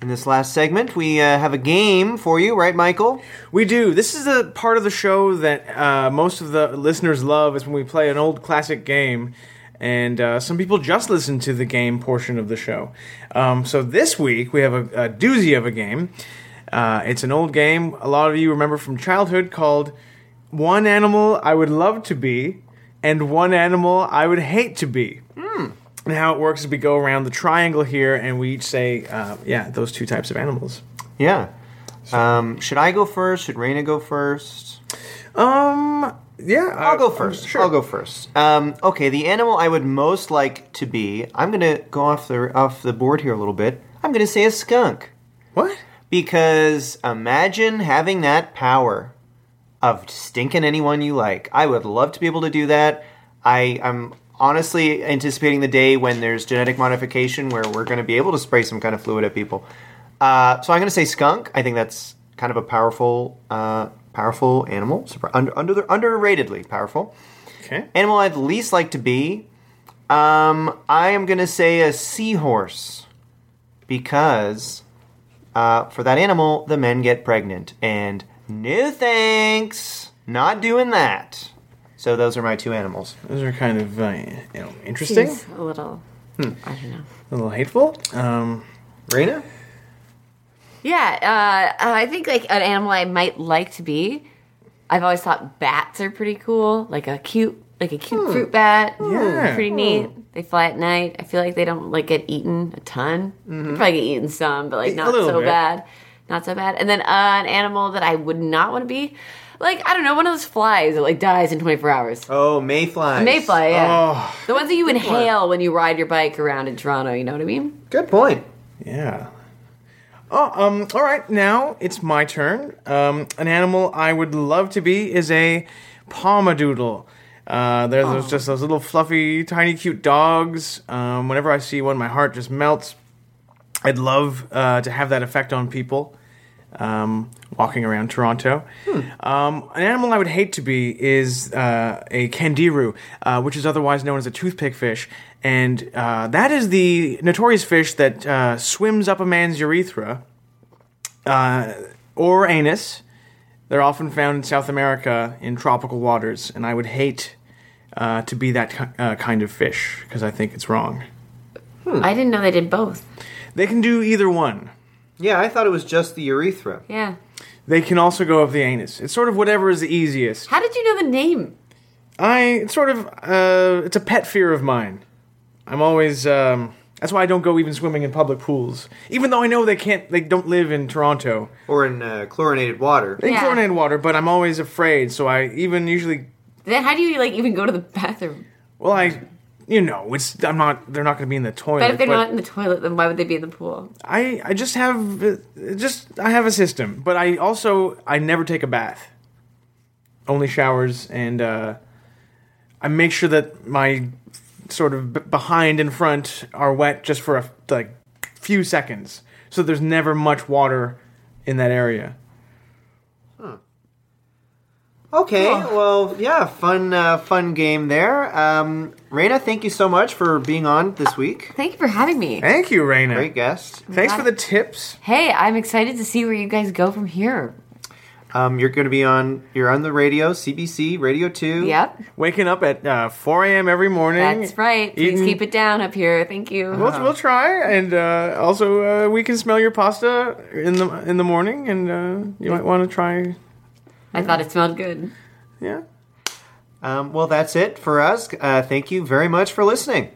in this last segment, we uh, have a game for you, right, Michael? We do. This is the part of the show that uh, most of the listeners love is when we play an old classic game, and uh, some people just listen to the game portion of the show. Um, so this week we have a, a doozy of a game. Uh, it's an old game a lot of you remember from childhood called "One Animal I Would Love to Be" and "One Animal I Would Hate to Be." Hmm. And how it works is we go around the triangle here, and we each say, uh, yeah, those two types of animals. Yeah. Um, should I go first? Should Raina go first? Um. Yeah, I'll go first. I'll go first. Um, okay, the animal I would most like to be. I'm gonna go off the off the board here a little bit. I'm gonna say a skunk What? because imagine having that power of stinking anyone you like. I would love to be able to do that. I I'm honestly anticipating the day when there's genetic modification where we're gonna be able to spray some kind of fluid at people. Uh, so I'm gonna say skunk. I think that's kind of a powerful. Uh, Powerful animal, super, under, under underratedly powerful. Okay. Animal I'd least like to be. Um, I am gonna say a seahorse because uh, for that animal, the men get pregnant. And no thanks, not doing that. So those are my two animals. Those are kind of uh, you know interesting, Seems a little. I don't know. a little hateful. Um, Rena? Yeah, uh, I think like an animal I might like to be. I've always thought bats are pretty cool, like a cute, like a cute fruit bat. Hmm. Yeah. Hmm. pretty neat. They fly at night. I feel like they don't like get eaten a ton. They probably get eaten some, but like not Mm-hmm. E, little so bit. bad, not so bad. And then uh, an animal that I would not want to be, like I don't know, one of those flies that like dies in 24 hours. Oh, mayflies. Mayfly, yeah. oh, the ones that you inhale when you ride your bike around in Toronto. You know what I mean? Good point. yeah. Oh, um. All right, now it's my turn. Um, an animal I would love to be is a palmadoodle. Uh, there's those just those little fluffy, tiny, cute dogs. Um, whenever I see one, my heart just melts. I'd love uh, to have that effect on people um, walking around Toronto. Um, an animal I would hate to be is uh, a kandiru, uh, which is otherwise known as a toothpick fish. And uh, that is the notorious fish that uh, swims up a man's urethra uh, or anus. They're often found in South America in tropical waters, and I would hate uh, to be that ki- uh, kind of fish because I think it's wrong. Hmm. I didn't know they did both. They can do either one. Yeah, I thought it was just the urethra. Yeah. They can also go up the anus. It's sort of whatever is the easiest. How did you know the name? I it's sort of uh, it's a pet fear of mine. I'm always um, that's why I don't go even swimming in public pools, even though I know they can't they don't live in Toronto. Or in uh, chlorinated water. They Yeah. chlorinated water, but I'm always afraid. So I even usually Then how do you like even go to the bathroom? well I you know it's I'm not they're not going to be in the toilet. But if they're not in the toilet, then why would they be in the pool? I I just have uh, just I have a system, but I also I never take a bath. Only showers and uh I make sure that my sort of b- behind and front are wet just for a f- like few seconds. So there's never much water in that area. Okay, well, yeah, fun, uh, fun game there. Um, Rena, thank you so much for being on this week. Thank you for having me. Thank you, Raina. Great guest. Thanks for the tips. Hey, I'm excited to see where you guys go from here. Um, you're going to be on. You're on the radio, CBC Radio Two. Yep, Waking up at uh, 4 a.m. every morning. that's right. Please Eating- keep it down up here. Thank you. We'll, we'll try, and uh, also uh, we can smell your pasta in the in the morning, and uh, you might want to try. I thought it smelled good. Yeah. Um, well, that's it for us. Uh, thank you very much for listening.